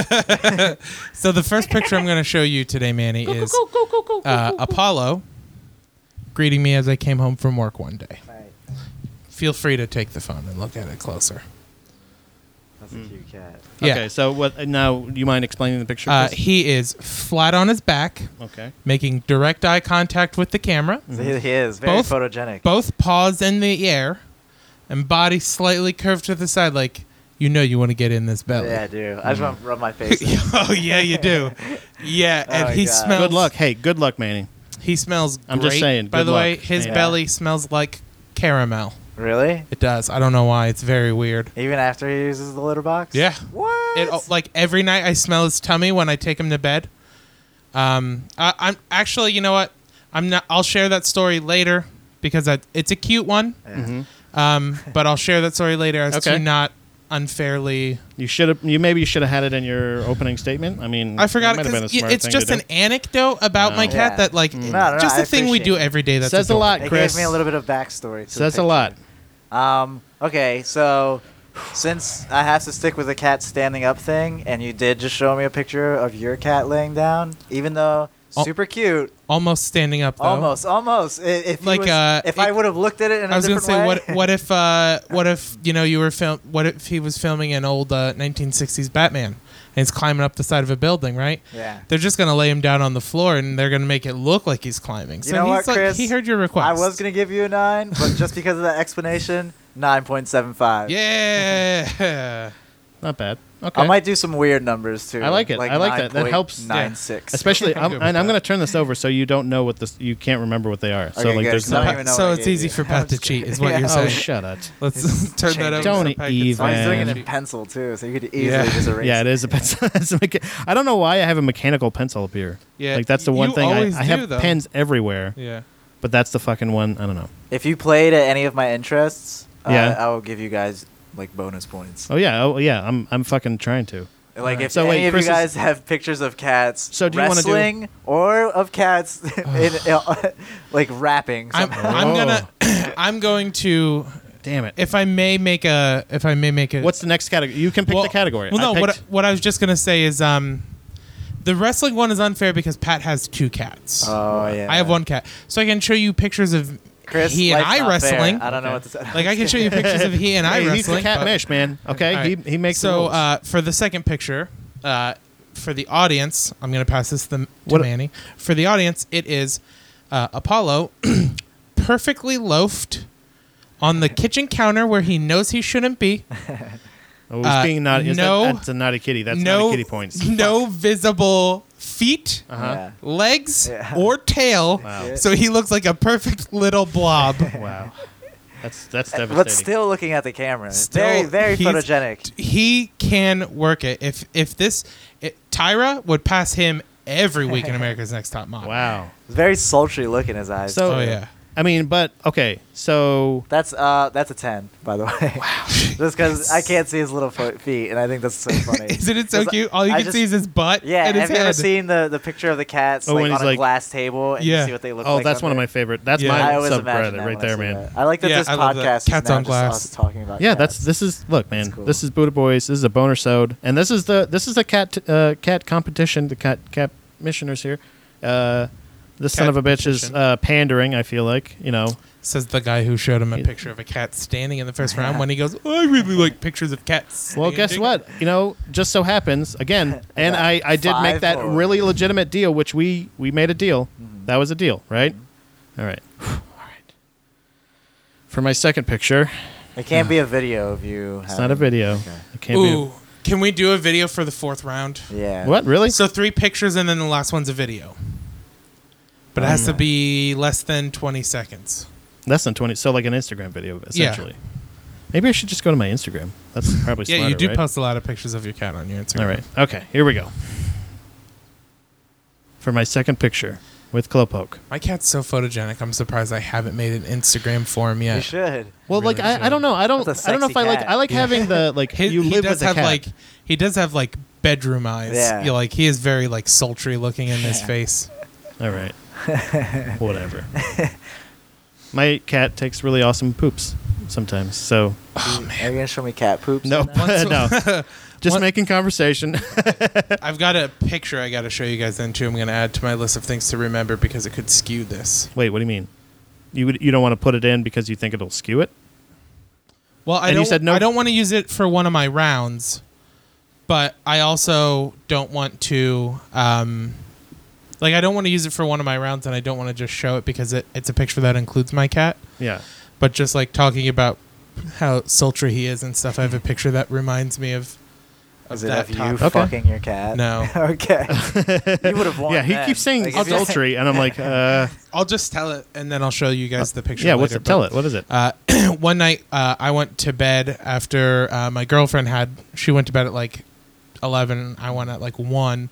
S1: so the first picture I'm going to show you today, Manny, is uh, Apollo greeting me as I came home from work one day.
S2: Right.
S1: Feel free to take the phone and look at it closer.
S2: That's
S3: Mm-hmm.
S2: a cute cat.
S1: Yeah.
S3: Okay, so what? Now, you mind explaining the picture?
S1: Uh,
S3: Chris?
S1: he is flat on his back,
S3: okay.
S1: making direct eye contact with the camera,
S3: Mm-hmm.
S2: So he, he is very
S1: Both-
S2: photogenic.
S1: both paws in the air, and body slightly curved to the side, like you know you want to get in this belly.
S2: Yeah, I do.
S3: Mm-hmm.
S2: I just want to rub my face. in.
S1: oh yeah, you do. Yeah, and
S2: Oh,
S1: he
S2: God.
S1: smells.
S3: Good luck. Hey, good luck, Manny.
S1: He smells.
S3: I'm just
S1: great.
S3: saying,
S1: By
S3: good
S1: the way,
S3: luck.
S1: his
S3: Yeah.
S1: belly smells like caramel.
S2: Really?
S1: It does. I don't know why. It's very weird.
S2: Even after he uses the litter box?
S1: Yeah.
S2: What?
S1: It oh, like every night I smell his tummy when I take him to bed. Um, I, I'm actually, you know what? I'm not. I'll share that story later because I, it's a cute one.
S2: Yeah.
S1: Um, but I'll share that story later as
S3: Mm-hmm. Okay. Mm,
S1: to not unfairly.
S3: You should have. You maybe should have had it in your opening statement. I mean,
S1: I forgot
S3: that might have been a
S1: 'cause y-
S3: smart
S1: it's
S3: thing
S1: just
S3: to
S1: an anecdote about my
S3: No.
S1: cat
S2: Yeah.
S1: that like
S2: No, no, no,
S1: just
S2: I
S1: a thing we
S2: appreciate
S1: do
S2: it.
S1: every day.
S3: do.
S1: That's
S3: says a
S1: adorable.
S3: lot,
S2: It
S3: Chris.
S2: gave me a little bit of backstory. To the
S3: says a
S2: picture.
S3: lot.
S2: Um, okay, so since I have to stick with the cat standing up thing, and you did just show me a picture of your cat laying down, even though
S1: Al-
S2: super cute,
S1: Almost standing up. Though.
S2: almost, almost. I- If, he
S1: Oh. Like,
S2: was-
S1: uh,
S2: if
S1: it-
S2: I would have looked at it in a
S1: I was gonna
S2: different
S1: say,
S2: way,
S1: what what if uh, what if you know you were film what if he was filming an old uh, 1960s Batman and he's climbing up the side of a building, right?
S2: yeah.
S1: They're just gonna lay him down on the floor and they're gonna make it look like he's climbing. So
S2: You know
S1: he's
S2: what,
S1: like,
S2: Chris?
S1: he heard your request.
S2: I was gonna give you a nine, but just because of that explanation, nine point seven five.
S1: Yeah.
S3: Not bad. Okay.
S2: I might do some weird numbers too.
S3: I like it. I like that. That helps.
S2: Nine six.
S3: Especially,
S1: I'm
S3: I'm,
S1: good with
S3: and I'm
S1: that.
S3: going to turn this over so you don't know what this. You can't remember what they are. So
S2: Okay,
S3: like,
S2: good,
S3: there's
S2: 'cause I don't
S3: no.
S2: even know
S1: so
S2: what I
S1: it's
S2: gave
S1: easy
S2: you.
S1: for Pat to cheat, is what
S2: Yeah.
S1: you're
S3: Oh,
S1: saying.
S3: shut it.
S1: Let's turn that over.
S3: Don't
S1: so Pat can
S3: even.
S1: stop
S2: Oh, he's doing it
S1: cheating.
S2: in pencil too, so you could easily
S1: Yeah.
S2: just erase.
S3: Yeah,
S2: it.
S3: it is a pencil. it's a mecha- I don't know why I have a mechanical pencil up here.
S1: Yeah,
S3: like that's the
S1: y-
S3: one
S1: you
S3: thing I,
S1: always
S3: I have
S1: do, though.
S3: pens everywhere,
S1: Yeah.
S3: but that's the fucking one. I don't know.
S2: If you played at any of my interests, uh,
S3: Yeah.
S2: I will give you guys like bonus points.
S3: Oh yeah, oh yeah. I'm I'm fucking trying to.
S2: Like if
S3: So
S2: any
S3: wait,
S2: of
S3: Chris is-
S2: you guys have pictures of cats
S3: So do you wanna do-
S2: wrestling or of cats in, like rapping.
S1: I'm,
S2: somehow.
S1: I'm gonna I'm going to
S3: Damn it.
S1: if I may make a if I may make a
S3: What's the next category? You can pick the category.
S1: Well,
S3: I
S1: no, what
S3: picked-
S1: what I was just gonna say is um, the wrestling one is unfair because Pat has two cats.
S2: Oh yeah.
S1: I have one cat, so I can show you pictures of
S2: Chris,
S1: he and
S2: life's
S1: I
S2: not
S1: wrestling.
S2: Fair. I don't know what to say.
S1: Like I can show you pictures of he and I
S3: Hey,
S1: wrestling.
S3: he's the cat
S1: but-
S3: mesh man. Okay,
S1: All right.
S3: he, he makes the
S1: so
S3: rules.
S1: uh, for the second picture uh, for the audience. I'm gonna pass this them to
S3: What-
S1: Manny. For the audience, it is uh, Apollo perfectly loafed on the kitchen counter where he knows he shouldn't be.
S3: oh, he's
S1: uh,
S3: being naughty. Is that-
S1: no-
S3: that's a naughty kitty. That's
S1: no
S3: naughty kitty points.
S1: No visible feet,
S3: Uh-huh.
S1: legs,
S2: Yeah.
S1: or tail.
S3: Wow.
S1: So he looks like a perfect little blob.
S3: Wow. That's that's devastating.
S2: But still looking at the camera. very
S1: Still,
S2: very
S1: he's-
S2: photogenic.
S1: he can work it. If if this it, Tyra would pass him every week in America's Next Top Model.
S3: wow.
S2: Very sultry look in his eyes.
S3: So
S1: Oh yeah.
S3: I mean, but okay, so
S2: That's uh, that's a ten, by the way. Wow. just because I can't see his little foot, feet, and I think that's so funny.
S1: Isn't it so
S2: 'Cause I-
S1: cute? All you
S2: I
S1: can
S2: just-
S1: see is his butt
S2: Yeah,
S1: and his
S2: have you ever
S1: head.
S2: seen the, the picture of the cats
S3: Oh,
S2: like,
S3: when
S2: on
S3: he's
S2: a
S3: like-
S2: glass table and
S1: Yeah.
S2: you see what they look
S3: oh,
S2: like?
S3: that's
S2: on
S3: one of
S2: there?
S3: my favorite. That's
S1: Yeah.
S3: my
S2: I always imagine
S3: subreddit
S2: that
S3: right
S2: when I
S3: there,
S2: see
S3: man.
S2: that. I like that
S1: Yeah,
S2: this
S1: I love that.
S2: podcast is
S1: Cats
S2: now
S1: on
S2: just
S1: Glass.
S2: us talking about
S3: Yeah,
S2: cats.
S3: that's this is look, man.
S2: That's cool.
S3: This is Buddha Boys. This is a boner sode, and this is the this is the cat uh, cat competition. The cat cat missioners here. Uh, this son
S1: Cat
S3: of a bitch is
S1: competition.
S3: uh, pandering. I feel like you know.
S1: Says the guy who showed him a picture of a cat standing in the first round when he goes, oh, I really like pictures of cats.
S3: Well, guess
S1: standing."
S3: what? You know, just so happens again, and I I did make
S2: Five
S3: that
S2: more.
S3: really legitimate deal, which we we made a deal.
S2: Mm-hmm.
S3: That was a deal, right? All right, all right. For my second picture,
S2: It can't be a video of you.
S3: it's not a video. It can't
S1: Oooo. Can we do a video for the fourth round?
S2: Yeah.
S3: be. What really?
S1: So three pictures and then the last one's a video. But it has
S3: Oh,
S1: to be less than 20 seconds.
S3: Less than twenty. So like an Instagram video,
S1: Yeah.
S3: essentially. Maybe I should just go to my Instagram. That's probably smarter,
S1: yeah, you do
S3: right?
S1: post a lot of pictures of your cat on your Instagram.
S3: All right. Okay. Here we go. For my second picture with Clopoke.
S1: My cat's so photogenic. I'm surprised I haven't made an Instagram for him
S2: You
S1: yet.
S2: should.
S3: Well,
S1: Really
S3: like I, I
S1: should.
S3: don't know. I don't.
S2: That's a
S3: I don't know if I
S2: sexy
S3: like.
S2: cat.
S3: I like having the like.
S1: His,
S3: you
S1: he
S3: live
S1: does
S3: with a
S1: have
S3: cat.
S1: like he does have like bedroom eyes.
S2: Yeah.
S1: You know, like he is very like sultry looking in his
S2: Yeah.
S1: face.
S3: All right. Whatever. My cat takes really awesome poops sometimes. So
S2: Are you gonna show me cat poops?
S3: no, no. Just
S1: What-
S3: making conversation.
S1: I've got a picture I got to show you guys then too. I'm going to add to my list of things to remember because it could skew this.
S3: Wait, what do you mean? You would, you don't want to put it in because you think it'll skew it?
S1: Well, I
S3: And you
S1: don't.
S3: said no-
S1: I don't want to use it for one of my rounds, but I also don't want to. Um, like, I don't want to use it for one of my rounds, and I don't want to just show it because it, it's a picture that includes my cat.
S3: Yeah.
S1: But just like talking about how sultry he is and stuff, I have a picture that reminds me of. of
S2: Is it
S1: that
S2: of you
S1: topic.
S3: Okay.
S2: fucking your cat?
S1: No.
S2: okay. You would have won.
S3: yeah, he
S2: then.
S3: keeps saying
S2: Like, if you-
S3: adultery, and I'm like, uh,
S1: I'll just tell it, and then I'll show you guys the picture.
S3: yeah,
S1: later,
S3: what's it?
S1: but-
S3: Tell it. What is it?
S1: uh, one night uh, I went to bed after uh, my girlfriend had. She went to bed at like eleven. I went at like one,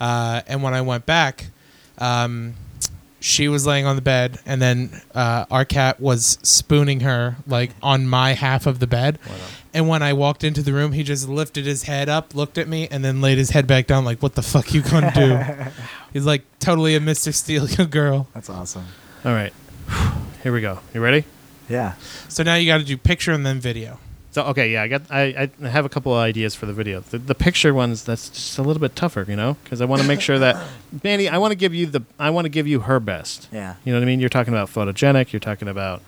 S1: uh, and when I went back, um, she was laying on the bed, and then uh, our cat was spooning her like on my half of the bed. And when I walked into the room, he just lifted his head up, looked at me, and then laid his head back down. Like, what the fuck you gonna do? He's like totally a Mister Steel girl.
S2: That's awesome.
S3: All right, here we go. You ready?
S2: Yeah.
S1: So now you got to do picture and then video.
S3: So okay, yeah, I got. I, I have a couple of ideas for the video. The, the picture ones that's just a little bit tougher, you know, because I want to make sure that Manny, I want to give you the, I want to give you her best.
S2: Yeah.
S3: You know what I mean? You're talking about photogenic. You're talking about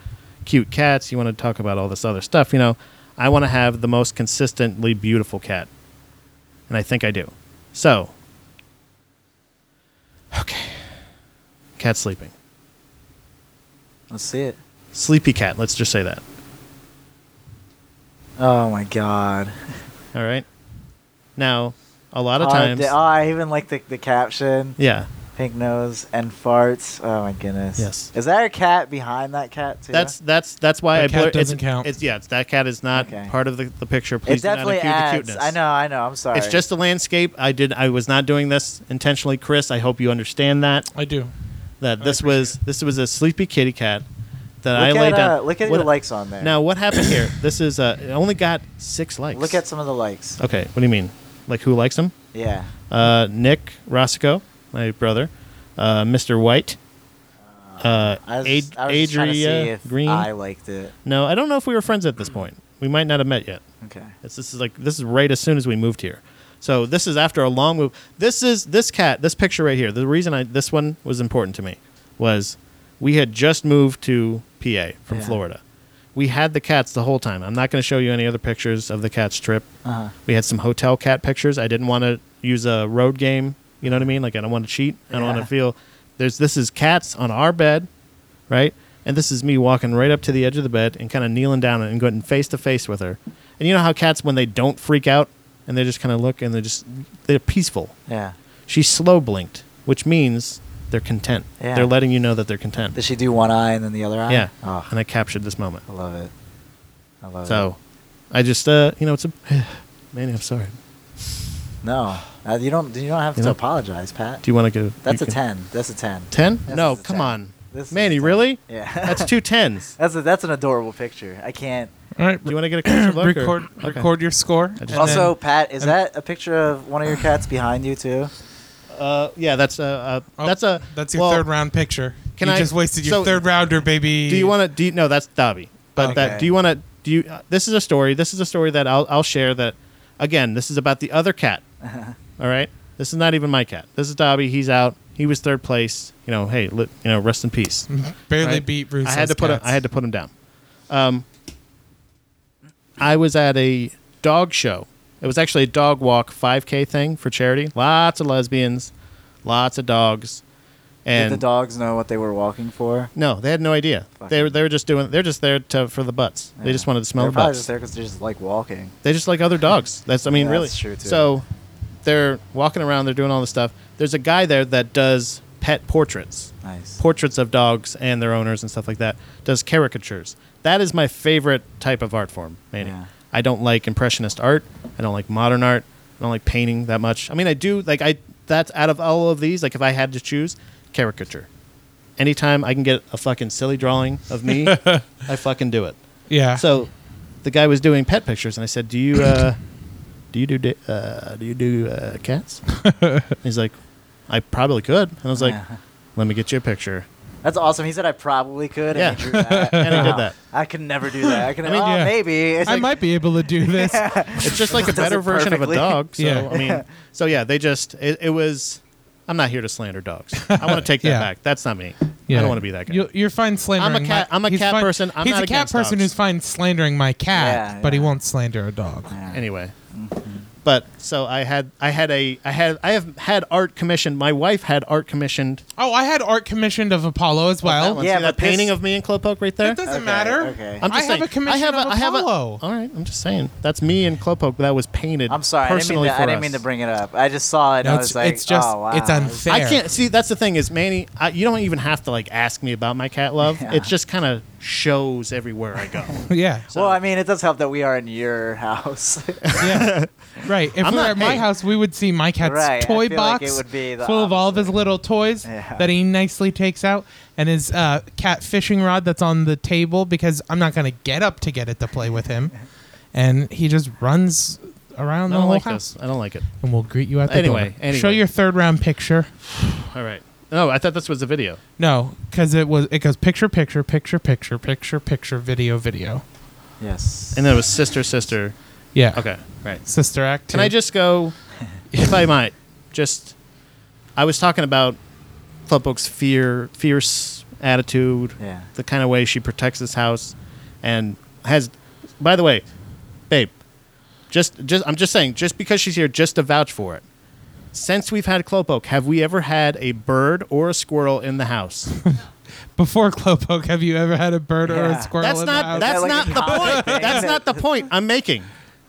S3: cute cats. You want to talk about all this other stuff. You know, I want to have the most consistently beautiful cat, and I think I do. So, okay, cat sleeping.
S2: Let's see it.
S3: Sleepy cat. Let's just say that.
S2: Oh my god.
S3: All right. Now, a lot of
S2: Oh,
S3: times,
S2: the- Oh, I even like the, the caption.
S3: yeah,
S2: Pink nose and farts. Oh my goodness.
S3: Yes.
S2: Is that a cat behind that cat too?
S3: that's that's that's why
S1: That
S3: I
S1: cat
S3: blur-
S1: doesn't
S3: it's,
S1: count.
S3: It's, yeah, it's, that cat is not
S2: Okay.
S3: part of the, the picture. Please
S2: it
S3: do not
S2: definitely
S3: impute the
S2: adds.
S3: cuteness.
S2: I know. I know. I'm sorry.
S3: It's just a landscape. I did. I was not doing this intentionally, Chris. I hope you understand that.
S1: I do.
S3: That
S1: I
S3: this was this was a sleepy kitty cat that
S2: Look
S3: I laid
S2: at,
S3: down.
S2: Uh, look at
S3: What-
S2: your likes on there.
S3: Now, what happened here? This is uh, it only got six likes. Uh,
S2: Look at some of the likes.
S3: Okay, what do you mean? Like who likes them?
S2: Yeah.
S3: Uh, Nick Roscoe, my brother, uh, Mr. White, uh,
S2: I was,
S3: Ad-
S2: I was just trying to see
S3: Adria
S2: if
S3: Green.
S2: I liked it.
S3: No, I don't know if we were friends at this point. We might not have met yet.
S2: Okay.
S3: It's, this is like this is right as soon as we moved here. So this is after a long move. This is this cat, this picture right here. The reason I this one was important to me was we had just moved to PA from
S2: Yeah.
S3: Florida. We had the cats the whole time. I'm not going to show you any other pictures of the cats trip.
S2: Uh-huh.
S3: We had some hotel cat pictures. I didn't want to use a road game. You know what I mean? Like I don't want to cheat. I don't want
S2: Yeah.
S3: to feel. There's this is cats on our bed, right? And this is me walking right up to the edge of the bed and kind of kneeling down and going face to face with her. And you know how cats when they don't freak out and they just kind of look and they just they're peaceful.
S2: Yeah.
S3: She slow blinked, which means they're content.
S2: Yeah.
S3: They're letting you know that they're content.
S2: Does she do one eye and then the other eye?
S3: yeah.
S2: Oh,
S3: And I captured this moment.
S2: I love it. I love it.
S3: So, I just uh, you know it's a man. I'm sorry.
S2: No, uh, you don't. You don't have
S3: You
S2: to
S3: know-
S2: apologize, Pat.
S3: Do you want to go?
S2: That's
S3: you
S2: a
S3: can-
S2: ten. That's a ten.
S3: Ten?
S2: Yes,
S3: no,
S2: it's a
S3: come
S2: 10.
S3: on.
S2: This is
S3: Manny,
S2: dumb.
S3: really?
S2: Yeah.
S3: That's two tens.
S2: That's a, that's an adorable picture. I can't.
S1: All right.
S3: Do you want to get a closer look? or-
S1: record
S3: Okay.
S1: record your score.
S3: I
S1: and
S3: just-
S2: also,
S1: then-
S2: Pat, is
S1: and-
S2: that a picture of one of your cats behind you too?
S3: Uh, yeah, that's a. Uh,
S1: Oh,
S3: that's a.
S1: that's your
S3: well,
S1: third round picture.
S3: can
S1: you
S3: I-
S1: just wasted your
S3: so-
S1: third rounder, baby.
S3: Do you want to? Do you, no, that's Davi. But
S2: Okay.
S3: that. Do you want to? Do you? Uh, this is a story. This is a story that I'll I'll share. That again, this is about the other cat. All right. This is not even my cat. This is Dobby. He's out. He was third place. You know. Hey. Li- you know. Rest in peace.
S1: barely
S3: right?
S1: beat Bruce?
S3: I had to put. Him, I had to put him down. Um. I was at a dog show. It was actually a dog walk 5K thing for charity. Lots of lesbians, lots of dogs, and
S2: Did the dogs know what they were walking for?
S3: no, they had no idea.
S2: Fuck.
S3: They were they were just doing. They're just there to for the butts. They
S2: Yeah.
S3: just wanted to smell
S2: They're
S3: the
S2: probably
S3: butts.
S2: just there because they just like walking.
S3: They just like other dogs. That's I mean
S2: Yeah,
S3: really.
S2: that's true, too.
S3: So they're walking around. They're doing all this stuff. There's a guy there that does pet portraits,
S2: Nice.
S3: portraits of dogs and their owners and stuff like that. Does caricatures. That is my favorite type of art form. Manny.
S2: Yeah.
S3: I don't like impressionist art. I don't like modern art. I don't like painting that much. I mean, I do like I. That's out of all of these. Like if I had to choose, caricature. Anytime I can get a fucking silly drawing of me, I fucking do it.
S1: Yeah.
S3: So the guy was doing pet pictures, and I said, "Do you uh, do you do da- uh, do you do uh, cats?" He's like, "I probably could," and I was like, "Let me get you a picture."
S2: That's awesome. He said I probably could,
S3: Yeah.
S2: and he drew that.
S3: And he did that.
S2: I could never do that. I can.
S3: I mean,
S2: oh,
S1: yeah.
S2: maybe. It's
S1: I
S2: like-
S1: might be able to do this.
S3: It's just like a
S2: Does
S3: better
S2: it
S3: version of a
S2: perfectly.
S3: dog. So
S1: Yeah.
S3: I mean, so yeah, they just it, it was. I'm not here to slander dogs. I want to take that
S1: Yeah.
S3: back. That's not me.
S1: Yeah.
S3: I don't want to be that guy.
S1: You, you're fine slandering.
S3: I'm a cat-
S1: my-
S3: I'm a
S1: he's
S3: cat
S1: fine-
S3: person. I'm
S1: he's
S3: not
S1: a cat
S3: against
S1: person
S3: dogs.
S1: who's fine slandering my cat,
S2: Yeah,
S1: but he
S2: yeah.
S1: won't slander a dog.
S3: anyway.
S2: Mm-hmm.
S3: But so I had I had a I had I have had art commissioned. My wife had art commissioned.
S1: Oh, I had art commissioned of Apollo as
S3: Oh, That
S1: well.
S3: one.
S1: It
S2: Yeah,
S3: See that
S2: but this-
S3: painting of me and Clopoke right there.
S1: That doesn't
S2: Okay,
S1: matter.
S2: okay.
S3: I'm just
S1: I
S3: saying,
S1: have a commission of
S3: I have a-
S1: Apollo.
S3: all right, I'm just saying that's me and Clopoke that was painted.
S2: I'm sorry. I didn't, mean
S3: personally
S2: to, I
S3: for
S2: didn't
S3: us.
S2: mean to bring it up. I just saw it. and
S1: No,
S2: I
S1: it's,
S2: was like,
S1: it's just
S2: oh, wow.
S1: it's unfair.
S3: I can't see. That's the thing is, Manny, I, you don't even have to like ask me about my cat love.
S2: Yeah.
S3: It just kind of shows everywhere I go.
S1: Yeah.
S2: Well, I mean, it does help that we are in your house.
S1: yeah. Right. If
S3: I'm
S1: we were
S3: not-
S1: at my
S3: hey.
S1: house, we would see my cat's
S2: Right, I
S1: toy
S2: feel like
S1: box
S2: it would be the
S1: full of all of his little toys
S2: Yeah.
S1: that he nicely takes out and his uh, cat fishing rod that's on the table because I'm not going to get up to get it to play with him. And he just runs around the
S3: I don't
S1: whole
S3: like
S1: house.
S3: this. I don't like it.
S1: And we'll greet you at the
S3: Anyway,
S1: door.
S3: anyway.
S1: Show your third round picture.
S3: All right. No, I thought this was a video.
S1: No, because it was it goes picture, picture, picture, picture, picture, picture, video, video.
S2: yes.
S3: And then it was sister, sister.
S1: Yeah.
S3: Okay, right.
S1: Sister Act.
S3: Can I
S1: two.
S3: just go, if I might, just I was talking about Clubbook's fear, fierce attitude,
S2: Yeah.
S3: the kind of way she protects this house, and has. By the way, babe, just just I'm just saying, just because she's here, just to vouch for it. Since we've had Clopoke, have we ever had a bird or a squirrel in the house?
S1: before Clopoke? Have you ever had a bird or
S2: Yeah.
S1: a squirrel?
S3: That's
S1: in the
S3: not
S1: house?
S3: that's
S2: Like a
S3: not the
S2: common
S3: point.
S2: thing.
S3: That's not the point I'm making.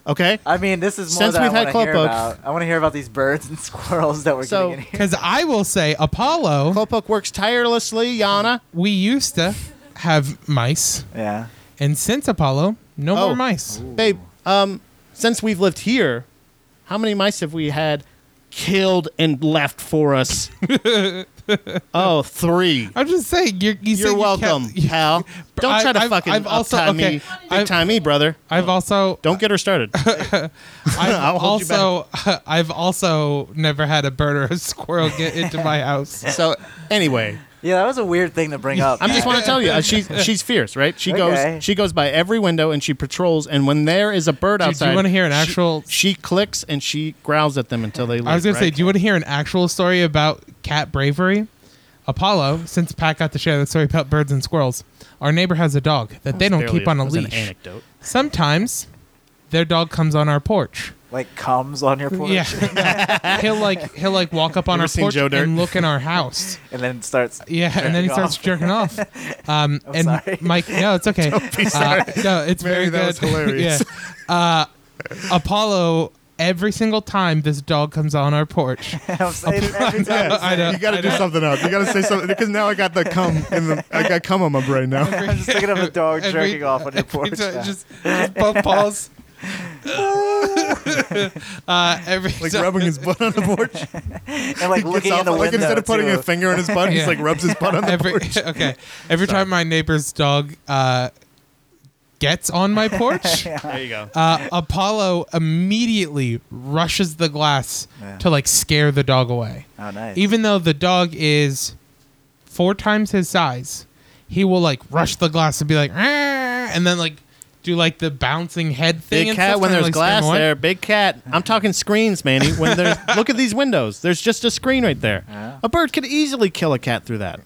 S3: Okay.
S2: I mean, this is more
S3: Since
S2: that
S3: we've
S2: I
S3: had
S2: want to hear
S3: Clopoke-
S2: about. I want to hear about these birds and squirrels that we're
S3: So-
S2: getting in here.
S1: Because I will say, Apollo,
S3: Clopoke works tirelessly, Yana.
S1: we used to have mice,
S2: Yeah.
S1: and since Apollo, no
S3: Oh.
S1: more mice.
S3: Babe, um, since we've lived here, how many mice have we had killed and left for us? oh, three.
S1: I'm just saying, you're, you said
S3: You're
S1: you kept-
S3: welcome, pal. Don't
S1: I-
S3: try to
S1: I've-
S3: fucking
S1: I've also-
S3: uptime
S1: okay,
S3: me, big
S1: I've-
S3: time me, brother.
S1: I've also,
S3: Don't get her started.
S1: I've
S3: I'll hold you
S1: also, I've also never had a bird or a squirrel get into my house.
S3: so anyway,
S2: Yeah, that was a weird thing to bring up.
S3: I'm just want to tell you, uh, she's she's fierce, right? She
S2: Okay.
S3: goes she goes by every window and she patrols. And when there is a bird
S1: do you
S3: outside,
S1: wanna hear an
S3: she-
S1: actual-
S3: She, clicks and she growls at them until they leave.
S1: I was gonna say,
S3: right?
S1: do you want to hear an actual story about cat bravery? Apollo, since Pat got to share the story about birds and squirrels, our neighbor has a dog that they don't
S3: Barely,
S1: keep on
S3: it
S1: a
S3: was an
S1: leash.
S3: anecdote.
S1: Sometimes their dog comes on our porch.
S2: like comes on your porch
S1: Yeah, he'll like he'll like walk up on
S3: ever
S1: our
S3: seen
S1: porch
S3: Joe Dirt?
S1: and look in our house.
S2: and then starts.
S1: Yeah, and then he
S2: Jerking off.
S1: starts jerking off. Um, and
S2: sorry.
S1: Mike, no, it's okay. Uh, no, it's
S3: Mary,
S1: very
S3: that
S1: good.
S3: was hilarious.
S1: yeah. Uh, Apollo. Every single time this dog comes on our porch,
S2: I'm saying every time.
S1: I know,
S4: You got
S1: I
S4: to do
S1: know.
S4: something else. You got to say something because now I got the cum in the. I got cum on my brain now.
S2: I'm just thinking of a dog
S1: Every-
S2: jerking off on your porch.
S1: It's, uh, just, just both paws. Uh, every
S4: Like
S1: so-
S4: rubbing his butt on the porch.
S2: and
S4: He
S2: like
S4: gets
S2: looking in
S4: off
S2: the
S4: on-
S2: window.
S4: like instead of putting
S2: too.
S4: a finger in his butt, he
S1: Yeah.
S4: just like rubs his butt on the
S1: every
S4: porch.
S1: okay every time my neighbor's dog uh, gets on my porch
S3: There you go.
S1: uh, apollo immediately rushes the glass
S2: Yeah.
S1: to like scare the dog away
S2: Oh, nice.
S1: even though the dog is four times his size he will like rush the glass and be like "Ah," and then like do like the bouncing head thing
S3: Big
S1: and
S3: cat
S1: stuff,
S3: when
S1: kinda,
S3: there's
S1: like, scare him
S3: glass
S1: away.
S3: there. Big cat. I'm talking screens, Manny. When there's look at these windows. There's just a screen right there.
S2: Yeah.
S3: A bird could easily kill a cat through that.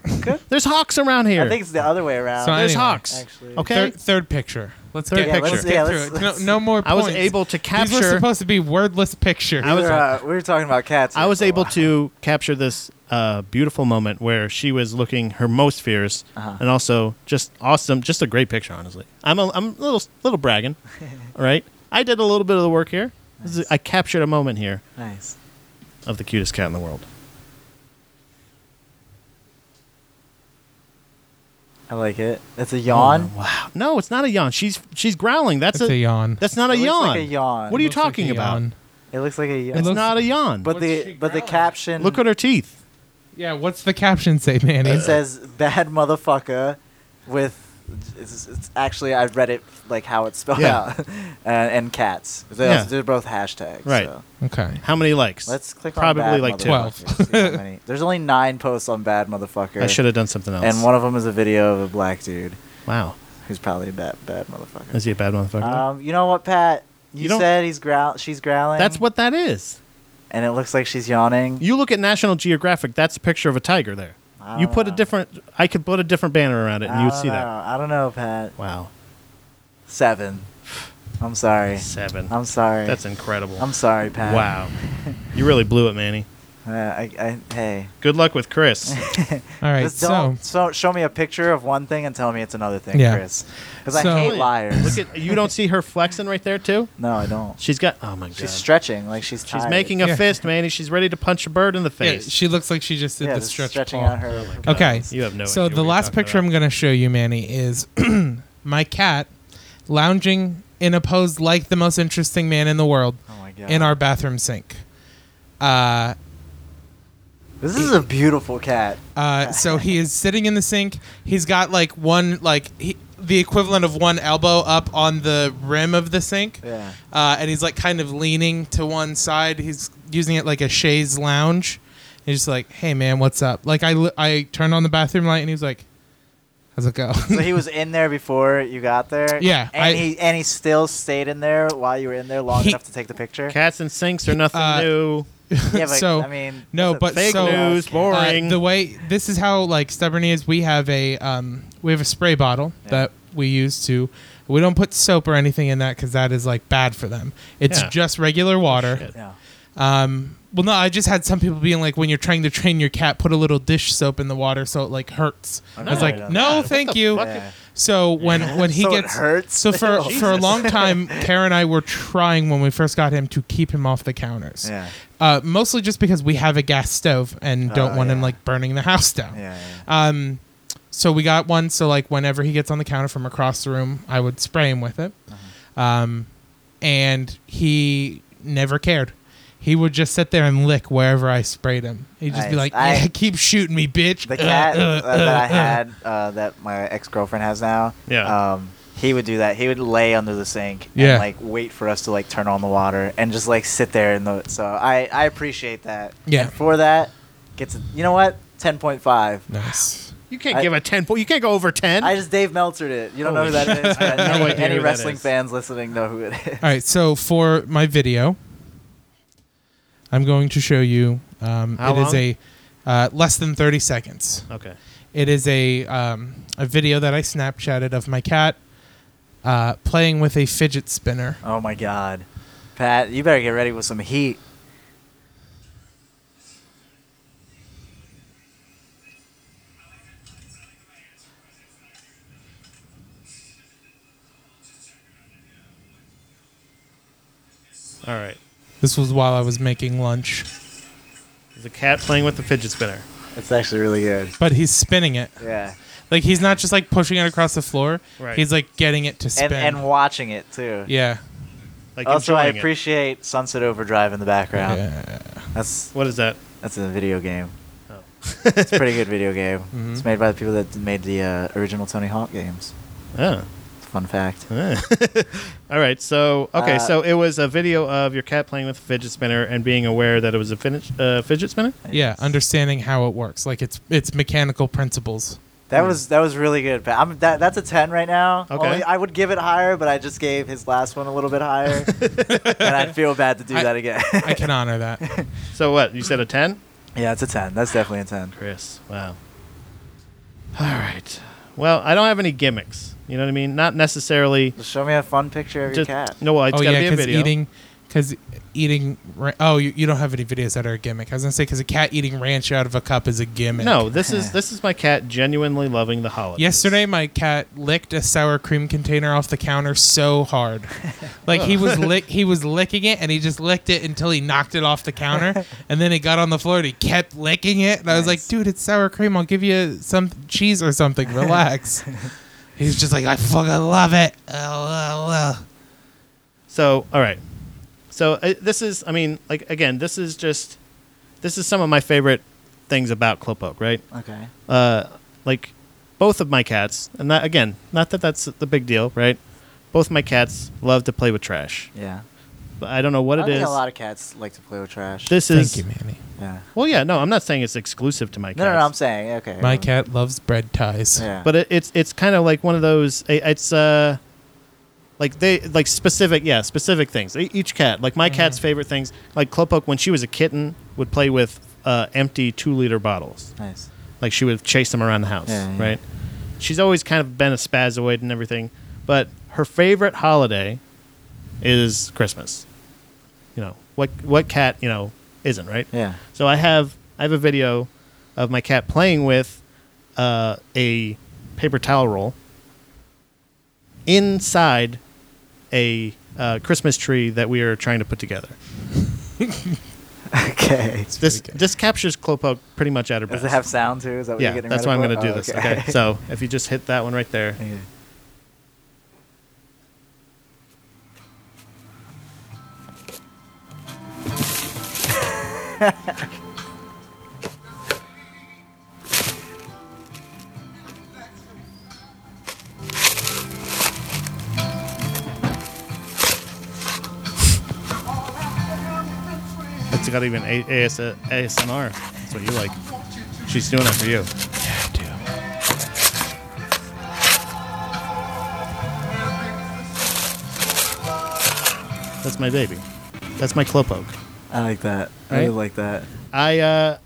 S3: There's hawks around here.
S2: I think it's the other way around.
S1: So I-
S3: there's
S1: Anyway,
S3: hawks.
S2: actually.
S3: Okay.
S1: Third, third picture. Let's
S3: Third
S1: get,
S3: Yeah, let's-
S1: let's get
S2: yeah,
S1: through
S2: let's-
S1: it.
S2: let's-
S1: no, no more.
S3: I was
S1: points.
S3: able to
S1: These were
S3: capture-
S1: supposed to be wordless pictures.
S3: I was-
S2: We were, uh, we were talking about cats.
S3: I
S2: here
S3: was
S2: for a
S3: able
S2: while.
S3: to capture this uh, beautiful moment where she was looking her most fierce,
S2: Uh-huh.
S3: and also just awesome, just a great picture. Honestly, I'm a, I'm a little little bragging, all right? I did a little bit of the work here. This is- I captured a moment here
S2: Nice.
S3: of the cutest cat in the world.
S2: I like it. That's a yawn.
S3: Wow. No, it's not a yawn. She's she's growling. That's,
S1: That's a yawn.
S3: That's not a
S2: It looks
S3: yawn.
S2: like a yawn.
S3: What are you
S1: Looks like a
S3: talking about?
S1: yawn.
S2: It looks like a yawn.
S3: It's
S1: looks-
S3: not a yawn.
S2: but
S1: What's
S2: the
S1: she
S2: but the
S1: growling at?
S2: caption
S3: look at her teeth.
S1: Yeah, what's the caption say, Manny?
S3: Uh,
S2: it says bad motherfucker with it's, it's actually I read it like how it's spelled
S3: Yeah.
S2: out. uh, and cats. They
S3: Yeah.
S2: also- they're both hashtags.
S3: Right.
S2: So.
S1: okay.
S3: How many likes?
S2: Let's click
S3: Probably
S2: on bad
S3: like two.
S1: Twelve.
S2: motherfucker, see how many- There's only nine posts on bad motherfucker.
S3: I should have done something else.
S2: And one of them is a video of a black dude
S3: wow.
S2: who's probably a bad bad motherfucker.
S3: Is he a bad motherfucker?
S2: Um, you know what, Pat? You,
S3: You don't-
S2: said he's growl. She's growling.
S3: That's what that is.
S2: And it looks like she's yawning.
S3: You look at National Geographic. That's a picture of a tiger there.
S2: I
S3: You
S2: don't
S3: put a
S2: know.
S3: different. I could put a different banner around it, and
S2: I
S3: you would
S2: don't
S3: see
S2: know.
S3: that.
S2: I don't know, Pat.
S3: Wow.
S2: Seven. I'm sorry.
S3: Seven.
S2: I'm sorry.
S3: That's incredible.
S2: I'm sorry, Pat.
S3: wow. you really blew it, Manny.
S2: Uh, I, I, hey.
S3: Good luck with Chris.
S1: All right,
S2: Just
S1: so
S2: don't so, show me a picture of one thing and tell me it's another thing,
S1: Yeah.
S2: Chris. Because
S1: So-
S2: I hate liars.
S3: look at. You don't see her flexing right there too.
S2: no, I don't.
S3: She's got. Oh my god.
S2: She's stretching like she's
S3: She's
S2: tired.
S3: making a
S1: Yeah.
S3: fist, Manny. She's ready to punch a bird in the
S1: yeah,
S3: face.
S1: she looks like she just did
S2: yeah,
S1: the
S2: just
S1: stretch
S2: stretching
S1: paw.
S2: out her.
S1: Okay.
S3: You have no.
S1: so
S3: idea
S1: the
S3: what you're
S1: last
S3: talking
S1: picture
S3: about.
S1: I'm going to show you, Manny, is my cat lounging in a pose like the most interesting man in the world
S2: Oh my god.
S1: in our bathroom sink. Uh,
S2: this is a beautiful cat.
S1: Uh, so he is sitting in the sink. He's got like one like he, the equivalent of one elbow up on the rim of the sink.
S2: Yeah.
S1: Uh, and he's like kind of leaning to one side. He's using it like a chaise lounge. He's just like, "Hey man, what's up?" Like I li- I turned on the bathroom light and he was like, "How's it go?" Uh,
S2: So he was in there before you got there.
S1: Yeah,
S2: And
S1: I-
S2: he and he still stayed in there while you were in there long
S1: He-
S2: enough to take the picture.
S3: Cats and sinks are nothing
S1: Uh,
S3: new.
S2: yeah, but
S1: so-
S2: I mean,
S1: no,
S2: that's a
S1: but
S3: Fake
S1: so-
S3: news, boring.
S1: Uh, the way this is how like stubborn is. We have a um, we have a spray bottle
S2: Yeah.
S1: that we use to. We don't put soap or anything in that because that is like bad for them. It's
S3: Yeah.
S1: just regular water.
S3: Shit.
S2: Yeah.
S1: um, well, no, I just had some people being like, when you're trying to train your cat, put a little dish soap in the water so it like hurts. I was
S2: No,
S1: like,
S2: no,
S1: no,
S2: no.
S1: thank you.
S3: fuck?
S2: Yeah.
S1: So when when he
S2: So it
S1: gets
S2: hurts?
S1: so for
S2: Oh,
S1: for a
S2: Jesus.
S1: long time, Kara and I were trying when we first got him to keep him off the counters.
S2: Yeah.
S1: Uh, mostly just because we have a gas stove and don't
S2: Oh,
S1: want him
S2: yeah.
S1: like burning the house down.
S2: Yeah.
S1: Um, so we got one. So like whenever he gets on the counter from across the room, I would spray him with it.
S2: Uh-huh.
S1: Um, and he never cared. He would just sit there and lick wherever I sprayed him. He'd just be like,
S2: Nice.
S1: yeah,
S2: I-
S1: "Keep shooting me, bitch."
S2: The
S1: Uh,
S2: cat
S1: uh,
S2: uh,
S1: uh,
S2: that I
S1: uh."
S2: had, uh, that my ex girlfriend has now.
S3: Yeah.
S2: Um, he would do that. He would lay under the sink
S1: Yeah.
S2: and like wait for us to like turn on the water and just like sit there in the. So I I appreciate that.
S1: Yeah.
S2: And for that, gets a, you know what ten point five.
S1: Nice.
S3: You can't
S2: I-
S3: give a ten. po- You can't go over ten.
S2: I just Dave Meltzered it. You don't know who
S3: Holy
S2: that
S3: shit.
S2: is.
S3: I have
S2: But
S3: no
S2: any,
S3: idea
S2: any
S3: who that
S2: wrestling
S3: is.
S2: fans listening know who it is.
S1: All right. So for my video, I'm going to show you. Um,
S3: How
S1: it is
S3: long?
S1: a uh, less than 30 seconds.
S3: okay.
S1: It is a um, a video that I Snapchatted of my cat uh, playing with a fidget spinner.
S2: Oh my God, Pat, you better get ready with some heat.
S3: All right.
S1: This was while I was making lunch,
S3: There's a cat playing with the fidget spinner.
S2: It's actually really good.
S1: but he's spinning it.
S2: Yeah,
S1: Like he's not just like pushing it across the floor.
S3: Right.
S1: He's like getting it to spin.
S2: and and watching it too.
S1: yeah.
S3: Like
S2: also, I
S3: enjoying it.
S2: appreciate Sunset Overdrive in the background.
S1: Yeah.
S2: That's
S3: What is that?
S2: that's a video game.
S3: Oh.
S2: It's a pretty good video game.
S3: Mm-hmm.
S1: Mhm.
S2: It's made by the people that made the uh, original Tony Hawk games.
S3: Oh.
S2: Fun fact.
S3: Ah. All right. So okay.
S2: Uh,
S3: so it was a video of your cat playing with a fidget spinner and being aware that it was a fidget, uh, fidget spinner.
S1: Yeah, understanding how it works, like its its mechanical principles.
S2: That was that was really good. But I'm that that's a ten right now.
S3: Okay.
S2: Only- I would give it higher, but I just gave his last one a little bit higher, and I'd feel bad to do
S1: I-
S2: that again.
S1: I can honor that.
S3: So what? You said a ten,
S2: yeah, it's a ten. That's definitely a ten.
S3: Chris. Wow. All right. Well, I don't have any gimmicks. You know what I mean? Not necessarily.
S2: Just show me a fun picture of
S3: Just,
S2: your cat.
S3: no, well, it's
S1: oh
S3: got to
S1: yeah,
S3: be a
S1: because
S3: video.
S1: eating, because eating. Ra- oh, you, you don't have any videos that are a gimmick. I was gonna say because a cat eating ranch out of a cup is a gimmick.
S3: No, this is this is my cat genuinely loving the holidays.
S1: Yesterday, my cat licked a sour cream container off the counter so hard, like he was lick he was licking it, and he just licked it until he knocked it off the counter, and then it got on the floor and he kept licking it, and I was like,
S2: Nice.
S1: dude, it's sour cream. I'll give you some cheese or something. Relax. He's just like, I fucking love it. Uh, uh, uh."
S3: So, all right. So uh, this is, I mean, like again, this is just, this is some of my favorite things about Clopoke, right?
S2: Okay.
S3: Uh, like both of my cats, and that again, not that that's the big deal, right? Both my cats love to play with trash,
S2: Yeah.
S3: but I don't know what
S2: I
S3: it is.
S2: think a lot of cats like to play with trash.
S3: this
S1: Thank
S3: is,
S1: you, Manny.
S2: yeah.
S3: well, yeah, no, I'm not saying it's exclusive to my cats.
S2: No, no, no, I'm saying okay.
S1: My
S2: well,
S1: cat loves bread ties.
S2: Yeah.
S3: but it, it's it's kind of like one of those. i- It's uh, like they like specific, yeah, specific things. E- Each cat, like my
S2: Mm-hmm.
S3: cat's favorite things, like Clopoke when she was a kitten would play with uh, empty two liter bottles.
S2: nice.
S3: Like she would chase them around the house,
S2: Yeah, yeah.
S3: right? She's always kind of been a spazoid and everything, but her favorite holiday is Christmas. You know what? What cat you know isn't right?
S2: Yeah.
S3: So I have I have a video of my cat playing with uh, a paper towel roll inside a uh, Christmas tree that we are trying to put together.
S2: Okay.
S3: This
S1: pretty good.
S3: this captures Clopoke pretty much at her best.
S2: Does it have sound too? Is that what you're
S3: yeah,
S2: getting
S3: that's why
S2: ready
S3: I'm
S2: for?
S3: going to do
S2: Oh,
S3: this. Okay, so if you just hit that one right there,
S2: Okay.
S3: it's got even a- AS- ASMR. That's what you like. She's doing it for you.
S1: I do.
S3: That's my baby. That's my Clopoke.
S2: I like that. I
S3: Right?
S2: really like that.
S3: I uh,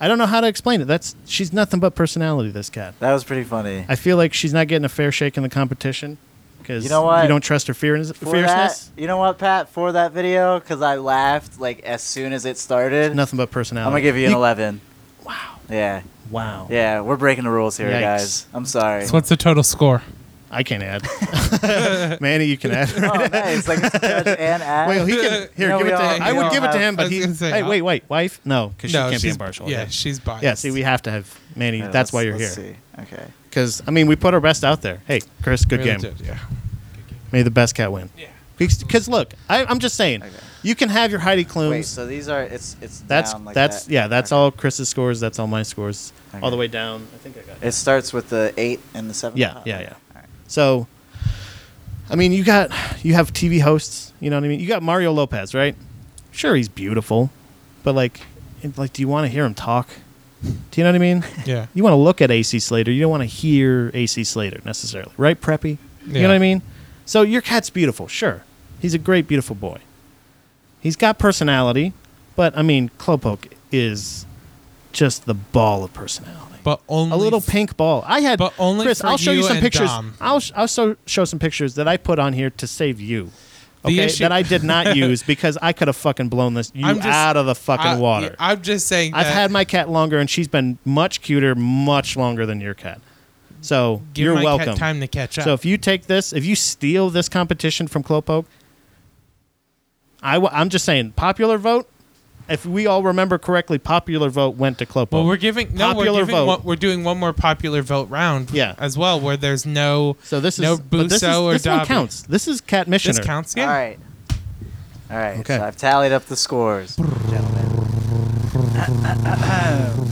S3: I don't know how to explain it. That's she's nothing but personality. This cat.
S2: That was pretty funny.
S3: I feel like she's not getting a fair shake in the competition because
S2: You know what?
S3: don't trust her fear-
S2: for
S3: fierceness.
S2: that, you know what, Pat? For that video, because I laughed like as soon as it started.
S3: Nothing but
S2: I'm
S3: personality.
S2: gonna give you an 11. Wow. Yeah.
S3: Wow.
S2: Yeah. We're breaking the rules here,
S3: Yikes.
S2: guys. I'm sorry.
S1: So what's the total score?
S3: I can't add. Manny, you can add.
S2: oh, nice. Like judge and add.
S3: Wait, he can. Here,
S2: No,
S3: give
S2: we
S3: it to
S2: all-
S3: him. I
S2: we
S3: would
S2: all
S3: give it to
S2: have-
S3: him,
S1: I
S3: but
S1: was
S3: he.
S1: gonna say,
S3: hey,
S1: huh?
S3: wait, wait, wife. No, because she can't be
S1: she's-
S3: impartial.
S1: Yeah,
S3: Yeah.
S1: she's biased.
S3: Yeah, see, we have to have Manny.
S2: Yeah,
S3: that's why you're
S2: let's
S3: here.
S2: see. Okay.
S3: Because I mean, we put our best out there. Hey, Chris, good
S1: Really
S3: game.
S1: did, yeah.
S3: May the best cat win.
S1: Yeah.
S3: Because look, I, I'm just saying,
S2: Okay.
S3: you can have your Heidi Klums.
S2: Wait. So these are it's it's
S3: Um, That's
S2: down like
S3: that's
S2: that.
S3: yeah. That's
S2: Okay.
S3: all Chris's scores. That's all my scores. All
S2: Okay.
S3: the way down. I think I got.
S2: It starts with the eight and the seven.
S3: Yeah,
S2: Oh,
S3: yeah,
S2: okay.
S3: yeah.
S2: All right.
S3: So, I mean, you got you have TV hosts. You know what I mean. You got Mario Lopez, right? Sure, he's beautiful, but like, it- like, do you want to hear him talk? Do you know what I mean?
S1: Yeah.
S3: You want to look at AC Slater. You don't want to hear AC Slater necessarily, right, Preppy? You
S1: Yeah.
S3: know what I mean? So your cat's beautiful. Sure, he's a great, beautiful boy. He's got personality, but I mean, Clopoke is just the ball of personality
S1: But only
S3: a little
S1: f-
S3: pink ball. I had,
S1: But only
S3: Chris.
S1: for
S3: I'll show you,
S1: you
S3: some
S1: and
S3: pictures.
S1: Dom.
S3: I'll sh- I'll so- show some pictures that I put on here to save you.
S1: The
S3: Okay,
S1: issue-
S3: that I did not use because I could have fucking blown this you
S1: I'm just-
S3: out of the fucking
S1: I-
S3: water.
S1: yeah, I'm just saying.
S3: I've
S1: that-
S3: had my cat longer, and she's been much cuter, much longer than your cat. So
S1: Give
S3: you're
S1: my cat
S3: welcome.
S1: time to catch up.
S3: So if you take this, if you steal this competition from Clopoke, I w- I'm just saying, popular vote. If we all remember correctly, popular vote went to Clopoke.
S1: well, we're giving no,
S3: Popular
S1: we're giving
S3: vote.
S1: One, we're doing one more popular vote round.
S3: Yeah.
S1: as well, where there's no
S3: So this is
S1: no
S3: but this is-
S1: Busso or
S3: this one
S1: Dobby.
S3: counts. This is Cat Missioner.
S1: This counts, yeah.
S2: All right. All right.
S4: Okay.
S2: So I've tallied up the scores. gentlemen.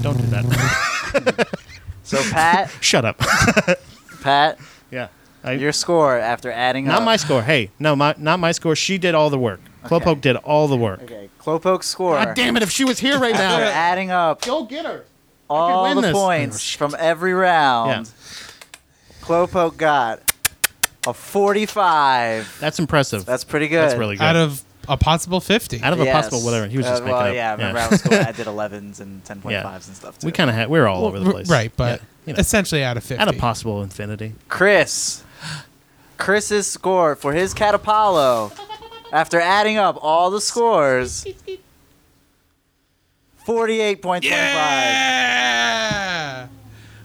S3: Don't do that.
S2: So Pat,
S3: Shut up.
S2: Pat,
S3: yeah. I,
S2: your score after adding
S3: not
S2: up.
S3: my score. Hey, no, my not my score. She did all the work. Clopoke did all the work.
S2: Okay. Clopoke's score.
S3: God damn it! If she was here right
S2: After
S3: now,
S2: adding up
S3: go get her.
S2: all
S3: win
S2: the
S3: this. Oh,
S2: points
S3: shit.
S2: from every round, Clopoke got a 45.
S3: That's impressive.
S2: That's pretty good.
S3: That's really good.
S1: out of a possible 50.
S3: out of a
S2: Yes.
S3: possible whatever. He was
S2: Uh,
S3: just making
S2: well,
S3: up.
S2: yeah, I remember I was going, I did 11s and 10.5s and stuff too.
S3: We kind of had. We were all over the
S1: R-
S3: place.
S1: Right, but
S3: Yeah, you know,
S1: essentially out of 50.
S3: out of possible infinity.
S2: Chris. Chris's score for his Cat Apollo, after adding up all the scores, 48.25.
S1: Yeah!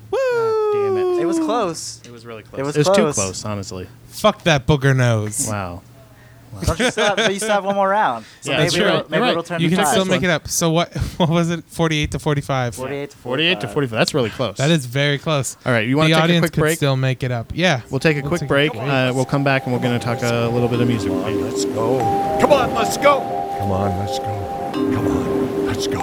S1: Woo!
S3: Damn it!
S2: It was close.
S3: It was really close.
S2: It was
S3: too
S2: close.
S3: close, honestly.
S1: Fuck that booger nose.
S3: Wow.
S2: Don't you still have, but you still have one more round. So
S3: Yeah,
S2: maybe,
S1: that's right.
S2: it'll,
S1: You're
S2: maybe
S3: right.
S2: it'll turn
S1: You
S2: to
S1: can
S2: five.
S1: still
S3: This
S1: make
S3: one.
S1: it up. So what what was it? 48 to 45.
S2: 48 to 45.
S3: 48 to 45. That's really close.
S1: That is very close.
S3: All right, you
S1: The
S3: want to take a
S1: audience
S3: quick
S1: could
S3: break?
S1: still make it up. Yeah.
S3: We'll take a quick break. Uh, we'll come back and we're going to talk a little bit of music.
S5: Let's go.
S6: Come on, let's go.
S5: Come on, let's go. Come on, let's go.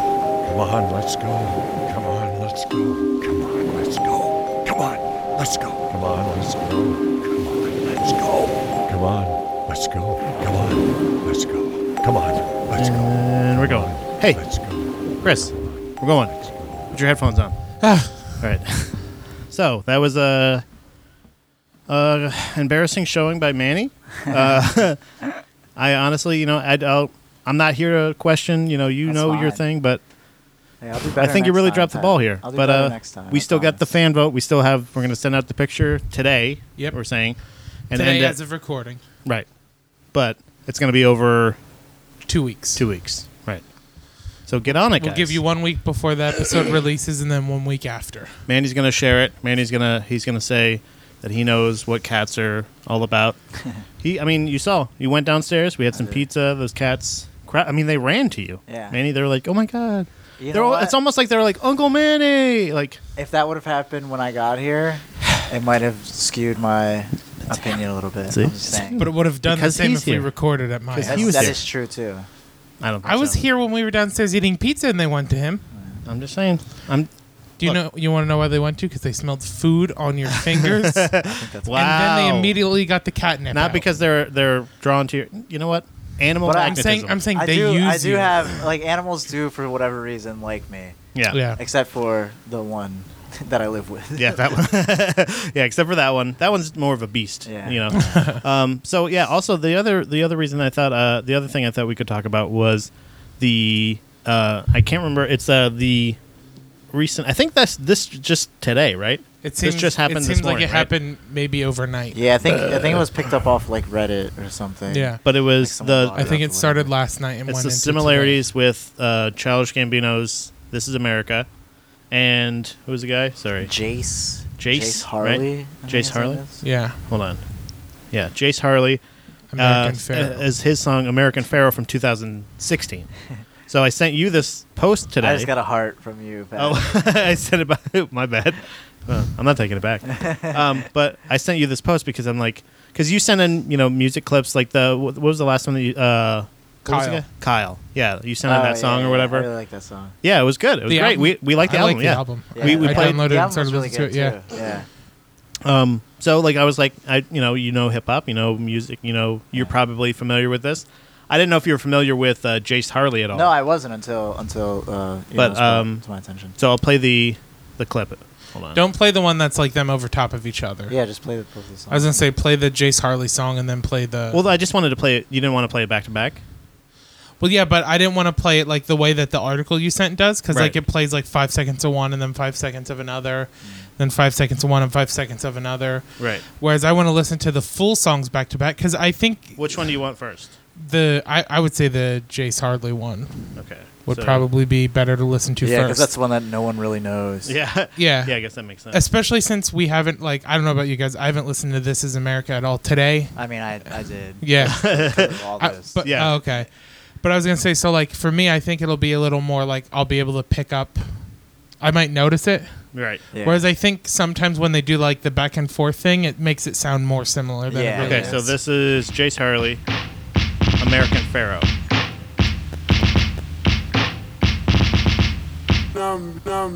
S5: Come on, let's go. Come on, let's go. Come on, let's go.
S6: Come on, let's go.
S5: Come on, let's go. Come on, let's go. Come on, let's go. Come on, let's go. Come on, let's go.
S3: And we're going. Hey,
S5: Let's go.
S3: Chris, we're going. Put your headphones on. All
S2: Ah.
S3: right. So that was a, a embarrassing showing by Manny. Uh, I honestly, you know, I don't. I'm not here to question. You know, you
S2: That's
S3: know your
S2: fine.
S3: thing, but
S2: Yeah, I'll do
S3: I
S2: better
S3: think you
S2: next
S3: really
S2: time,
S3: dropped the
S2: Pat.
S3: ball here.
S2: I'll do
S3: but
S2: better
S3: uh,
S2: next time.
S3: we
S2: I
S3: still got the
S2: promise.
S3: fan vote. We still have. We're going to send out the picture today.
S1: Yep.
S3: We're saying, and
S1: Today
S3: end it-
S1: as of recording.
S3: right. But it's going to be over
S1: 2 weeks.
S3: two weeks. Right. So get on it,
S1: We'll
S3: guys.
S1: give you one week before the episode releases and then one week after.
S3: Mandy's gonna share it. Mandy's gonna he's gonna say that he knows what cats are all about. he, I mean, you saw you went downstairs. We had some pizza. Those cats, cra- I mean, they ran to you.
S2: Yeah.
S3: Mandy, they were like, oh my god.
S2: You
S3: they're
S2: know
S3: all,
S2: what?
S3: it's almost like they're like Uncle Manny. Like
S2: If that would have happened when I got here, it might have skewed my opinion a little bit.
S3: See?
S2: I'm just saying.
S1: But it would have done
S3: Because
S1: the same
S3: he's
S1: if
S3: here.
S1: we recorded at my
S3: Because
S1: house.
S2: That's,
S3: was
S2: that
S3: there.
S2: is true too.
S3: I don't. Think
S1: I was
S3: so.
S1: here when we were downstairs eating pizza and they went to him.
S3: I'm just saying. I'm.
S1: Do you know you want to know why they went to? Because they smelled food on your fingers, and
S3: Wow.
S1: then they immediately got the catnip.
S3: Not
S1: out.
S3: because they're they're drawn to your. You know what? Animal
S2: But I'm
S1: I'm saying
S3: magnetism.
S1: I'm saying
S2: I
S1: they
S2: do.
S1: use
S2: I do
S1: you.
S2: have like animals do for whatever reason like me,
S3: yeah.
S1: yeah.
S2: except for the one that I live with.
S3: Yeah, that one. yeah, except for that one. That one's more of a beast.
S2: Yeah.
S3: You know. um, so yeah. Also, the other the other reason I thought uh, the other thing I thought we could talk about was the uh, I can't remember. It's uh, the recent. I think that's this just today, right?
S1: It seems
S3: this just happened.
S1: It
S3: this
S1: seems like
S3: morning,
S1: it
S3: right?
S1: happened maybe overnight.
S2: Yeah, I think I think it was picked up off like Reddit or something.
S1: Yeah.
S3: But it was
S2: Like
S3: the.
S2: someone
S1: I think it
S2: Whatever.
S1: started last night and
S3: it's
S1: went
S3: the
S1: into
S3: similarities with uh, Childish Gambino's "This Is America," and who was the guy? Sorry,
S2: Jace.
S3: Jace,
S2: Harley. I
S3: right?
S2: think
S3: Jace
S2: his name
S3: Harley?
S2: is.
S1: today. Yeah,
S3: hold on. Yeah, Jace Harley.
S1: American
S3: uh,
S1: Pharaoh.
S3: as his song "American Pharaoh" from 2016. so I sent you this post today.
S2: I just got a heart from you. Pat.
S3: oh, I sent it back. My bad. Uh, I'm not taking it back. Um, but I sent you this post because I'm like, because you sent in, you know, music clips like the what what was the last one that you, uh, what was the
S1: Kyle.
S3: guy? Kyle. Yeah, you sent in
S2: Oh,
S3: that
S2: yeah,
S3: song
S2: yeah,
S3: or whatever.
S2: I really like that song.
S3: Yeah, it was good. It was
S1: The
S3: great.
S1: album-
S3: we we liked the
S1: I
S3: album.
S1: like
S3: yeah.
S1: the album.
S2: Yeah,
S3: We- we
S1: I
S3: played-
S1: downloaded
S2: The
S1: it and
S2: album
S1: started
S2: was really
S1: listening
S2: good
S1: to it. Yeah.
S2: too. Yeah.
S3: Um, so like I was like I you know you know hip hop you know music you know you're probably familiar with this. I didn't know if you were familiar with uh, Jace Harley at all.
S2: No, I wasn't until until uh, you
S3: But,
S2: know, it's brought
S3: um,
S2: to my attention.
S3: So I'll play the the clip. Hold on.
S1: Don't play the one that's like them over top of each other.
S2: Yeah, just play the both of the songs.
S1: I was gonna say play the Jace Harley song and then play the well,
S3: Well, I just wanted to play it. You didn't want to play it back to back.
S1: yeah, but I didn't want to play it like the way that the article you sent does because like
S3: Right.
S1: it plays like five seconds of one and then five seconds of another,
S3: Mm.
S1: then five seconds of one and five seconds of another.
S3: Right.
S1: Whereas I want to listen to the full songs back to back because I think
S3: Which one do you want first?
S1: the I, I would say the Jace Harley one
S3: Okay.
S1: would
S3: so-
S1: probably be better to listen to
S2: yeah, because
S1: first.
S2: that's the one that no one really knows.
S3: Yeah.
S1: Yeah.
S3: Yeah. I guess that makes sense.
S1: Especially since we haven't like I don't know about you guys, I haven't listened to This Is America at all today.
S2: I mean, I I did.
S1: Yeah.
S2: because of all
S1: I-
S2: this.
S1: but
S3: Yeah.
S1: oh, okay. But I was gonna say, so like for me, I think it'll be a little more like I'll be able to pick up. I might notice it.
S3: right.
S2: Yeah.
S1: Whereas I think sometimes when they do like the back and forth thing, it makes it sound more similar than
S2: Yeah.
S1: it really
S3: Okay.
S1: is.
S3: So this is Jace Harley, American Pharaoh. You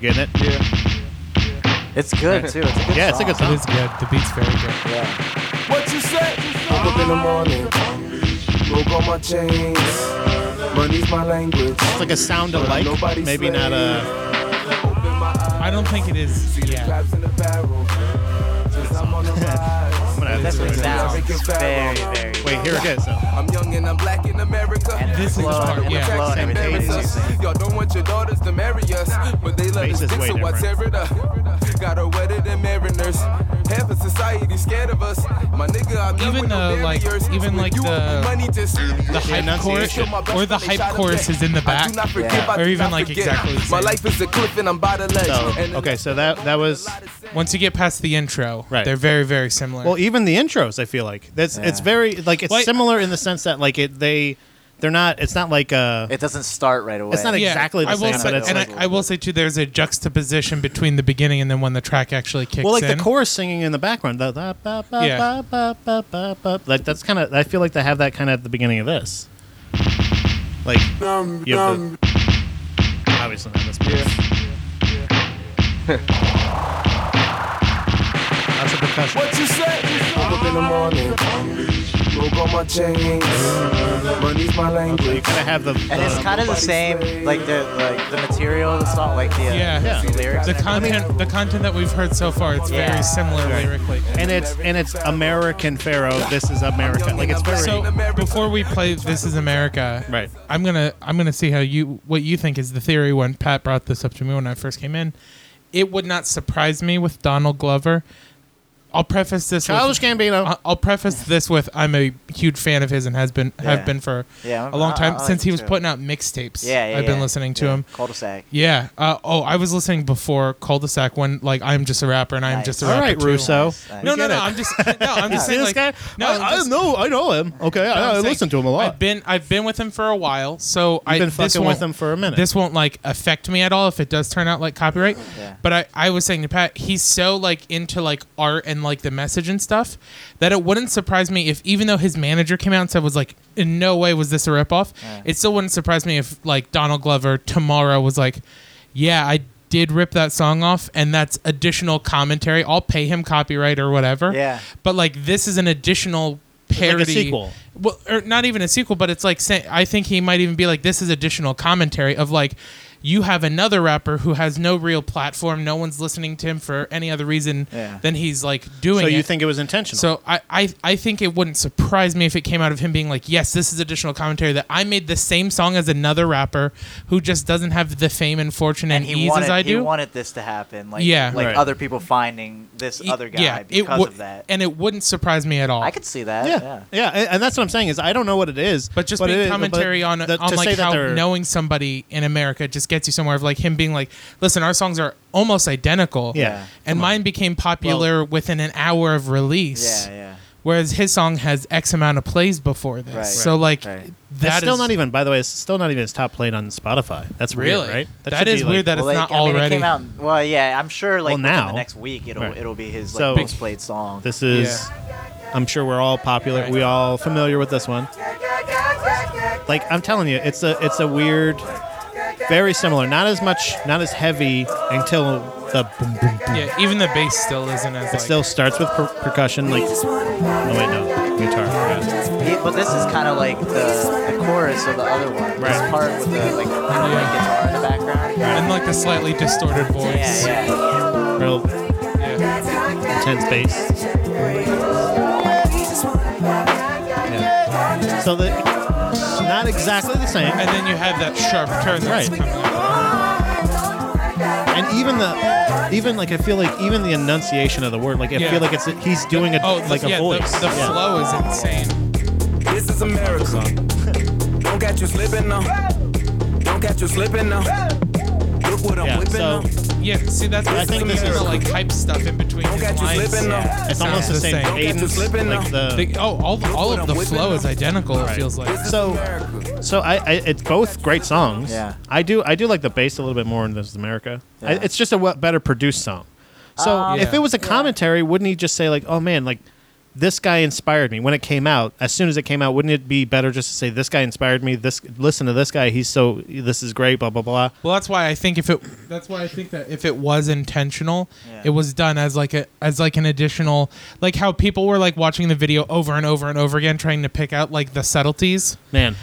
S3: getting it?
S4: Yeah.
S2: It's good too. It's a good
S3: Yeah, it's a good
S1: It
S3: song.
S1: is good. The beat's very good.
S2: Yeah.
S7: What you say? Woke up in the morning, broke all my chains. Money's my language.
S3: It's like a sound alike,
S7: Nobody
S3: maybe not a.
S7: Open my eyes,
S1: I don't think it is.
S7: see the
S1: Yeah.
S7: crabs in the barrel. Since I'm on the rise.
S3: I'm gonna have
S2: This
S3: to
S2: one
S3: wait.
S2: sounds very, very.
S3: Wait, here it goes. though.
S7: I'm young and I'm black in America.
S1: This is
S2: Flow,
S1: hard.
S2: the
S1: Yeah.
S2: flow and
S3: Same
S2: everything.
S3: pages.
S2: is the same.
S7: Y'all don't want your daughters to marry us, but they love
S3: Bass
S7: us
S3: is
S7: dick,
S3: way
S7: so I tear it up. Got her wetter than mariners. Half of society scared of us. My nigga, I'm young
S1: Even
S7: with no
S1: the, like-
S7: barriers.
S1: even
S7: So when
S1: like
S7: you
S1: the-
S7: up with money, just
S1: The
S3: The
S1: hype chorus
S3: enunciation.
S1: or the hype chorus is in the
S7: I
S1: back.
S7: do not forgive,
S2: Yeah.
S7: I do
S1: Or even,
S7: not
S1: like,
S7: forget.
S1: exactly the
S7: My
S1: same.
S7: life is a cliff and I'm by the ledge.
S3: So,
S7: And-
S3: okay, so that- that was-
S1: Once you get past the intro,
S3: Right.
S1: they're very, very similar.
S3: Well, even the intros, I feel like that's it's
S2: Yeah.
S3: very like it's
S1: Like-
S3: similar in the sense that like it they they're not it's not like uh
S2: It doesn't start right away.
S3: not
S1: yeah,
S3: exactly the
S1: I will
S3: same,
S1: say,
S3: but it's
S1: and
S2: like-
S1: I, I will say too, there's a juxtaposition between the beginning and then when the track actually kicks
S3: well like
S1: in.
S3: the chorus singing in the background the, the, ba, ba,
S1: Yeah.
S3: ba, ba, ba, ba, ba. like that's kind of I feel like they have that kind of at the beginning of this like you have the, obviously not this yeah. That's a percussion.
S7: What you say? Woke up in the morning, broke all my chains. Money's my
S3: So
S7: language.
S3: you kind of have the,
S2: And it's
S1: Um,
S3: the-
S2: kind of the same, like the like the material. It's not like the, uh,
S1: Yeah.
S3: Yeah.
S2: the lyrics.
S1: the
S2: and everything.
S1: content, the content that we've heard so far, it's
S2: Yeah.
S1: very similar lyrically.
S3: and it's and it's American Pharaoh. This is America. Like it's very
S1: So before we play "This Is America,"
S3: right.
S1: I'm gonna I'm gonna see how you what you think is the theory. When Pat brought this up to me when I first came in, it would not surprise me with Donald Glover. I'll preface this. with-
S3: Childish Gambino.
S1: I- I'll preface this with I'm a huge fan of his and has been
S2: Yeah.
S1: have been for
S2: Yeah, I'm-
S1: a long
S2: I-
S1: time
S2: I like
S1: since he
S2: him
S1: was
S2: too.
S1: putting out mixtapes.
S2: Yeah, yeah,
S1: I've been
S2: yeah.
S1: listening to
S2: Yeah.
S1: him.
S2: Cul-de-sac.
S1: Yeah. Uh, oh, I was listening before cul-de-sac when like I'm just a rapper and I'm
S2: Nice.
S1: just a
S3: All
S1: rapper
S3: right,
S1: too.
S3: Russo.
S2: Nice, nice.
S1: No,
S3: We
S1: no, no.
S3: get it.
S1: I'm just no. I'm
S3: You
S1: just
S3: see
S1: saying
S3: this
S1: like
S3: guy?
S1: no.
S3: I,
S1: I'm
S3: I
S1: just-
S3: know, I know him. Okay,
S1: no,
S3: I,
S1: I'm
S3: I
S1: saying
S3: listen to him a lot.
S1: I've been I've been with him for a while, so I
S3: been
S1: this
S3: fucking with
S1: won't-
S3: him for a minute.
S1: This won't like affect me at all if it does turn out like copyright.
S2: Yeah.
S1: But I I was saying to Pat, he's so like into like art and like the message and stuff that it wouldn't surprise me if even though his manager came out and said was like in no way was this a ripoff, it still wouldn't surprise me if like Donald Glover tomorrow was like, yeah I. Did rip that song off, and that's additional commentary. I'll pay him copyright or whatever.
S2: Yeah.
S1: But like, this is an additional
S3: like a
S1: parody
S3: sequel.
S1: well or not even a sequel but it's like saying i think he might even be like this is additional commentary of like you have another rapper who has no real platform no one's listening to him for any other reason
S2: Yeah.
S1: than he's like doing
S3: so you
S1: it.
S3: think it was intentional?
S1: so I, I i think it wouldn't surprise me if it came out of him being like yes this is additional commentary that i made the same song as another rapper who just doesn't have the fame and fortune and,
S2: And he
S1: ease
S2: wanted,
S1: as i
S2: he
S1: do
S2: wanted this to happen. Like,
S1: Yeah.
S2: like
S3: Right.
S2: other people finding this
S1: Y-
S2: other
S1: E
S2: guy
S1: it
S2: because
S1: would-
S2: of that.
S1: and it wouldn't surprise me at all
S2: I could see that.
S3: yeah,
S2: Yeah.
S3: yeah, and- and that's what I'm saying is I don't know what it is,
S1: But just
S3: it
S1: being
S3: is- but
S1: commentary on
S3: the-
S1: on
S3: to say
S1: like
S3: that
S1: how
S3: they're-
S1: knowing somebody in America just gets you somewhere of like him being like, listen, our songs are almost identical.
S3: Yeah.
S1: And mine became popular within an hour of release.
S2: Yeah. Yeah.
S1: Whereas his song has X amount of plays before this.
S2: Right.
S1: So like
S2: Right.
S1: that
S3: It's
S1: is-
S3: still not even. By the way, it's still not even his top played on Spotify. That's weird,
S1: really
S3: right?
S1: that
S3: should
S1: is
S3: be, like-
S1: weird that
S2: well,
S1: it's
S2: like,
S1: not
S2: I mean,
S1: already.
S2: It came out, well, yeah. I'm sure. Like
S3: Well,
S2: within
S3: now.
S2: the next week, it'll
S3: Right.
S2: it'll be his like
S3: So-
S2: most played song.
S3: This is. I'm sure we're all popular. We all familiar with this one. Like I'm telling you, it's a it's a weird, very similar. Not as much, not as heavy until the boom boom boom.
S1: yeah, even the bass still isn't as
S3: It
S1: like,
S3: still starts with per- percussion, like oh wait, no, guitar. Yeah.
S2: He- but this is kind of like the, the chorus of the other one.
S3: Right.
S2: This part with the like, kind of like guitar in the background.
S1: and like the slightly distorted voice.
S2: Yeah. Yeah.
S3: Real
S1: Yeah.
S3: intense bass. Yeah. So the not exactly the same,
S1: And then you have that sharp turn that's
S3: Right.
S1: coming up.
S3: and even the even like I feel like even the enunciation of the word, like I
S1: Yeah.
S3: feel like it's he's doing it
S1: Oh,
S3: like
S1: yeah,
S3: a voice.
S1: The, the
S3: Yeah.
S1: flow is insane.
S7: This is America. Don't catch you slipping now. Don't catch you slipping now. Look what I'm
S3: Yeah,
S7: whipping
S3: so-
S7: now.
S1: Yeah, see, that's
S3: I think
S1: some
S3: this
S1: of the,
S3: is-
S1: like hype stuff in between
S7: Don't
S1: his
S7: catch you
S1: lines.
S7: slipping now.
S3: It's almost
S1: Yeah.
S3: the same
S1: Don't
S7: get too
S3: cadence,
S7: slipping
S3: like
S7: now.
S3: the
S1: They- oh, all, all
S7: what
S1: of
S7: I'm
S1: the
S7: whipping
S1: flow is
S7: up.
S1: identical. It
S3: Um, Right.
S1: feels like.
S3: so so I, I it's both great songs.
S2: Yeah.
S3: I do I do like the bass a little bit more in this is America. I,
S2: Yeah.
S3: it's just a w- better produced song. So
S1: Um,
S3: if
S1: Yeah.
S3: it was a commentary, wouldn't he just say like, "Oh man, like this guy inspired me when it came out as soon as it came out wouldn't it be better just to say this guy inspired me this listen to this guy he's so this is great blah blah blah
S1: Well, that's why I think if it that's why I think that if it was intentional,
S2: Yeah.
S1: it was done as like a as like an additional like how people were like watching the video over and over and over again trying to pick out like the subtleties.
S3: man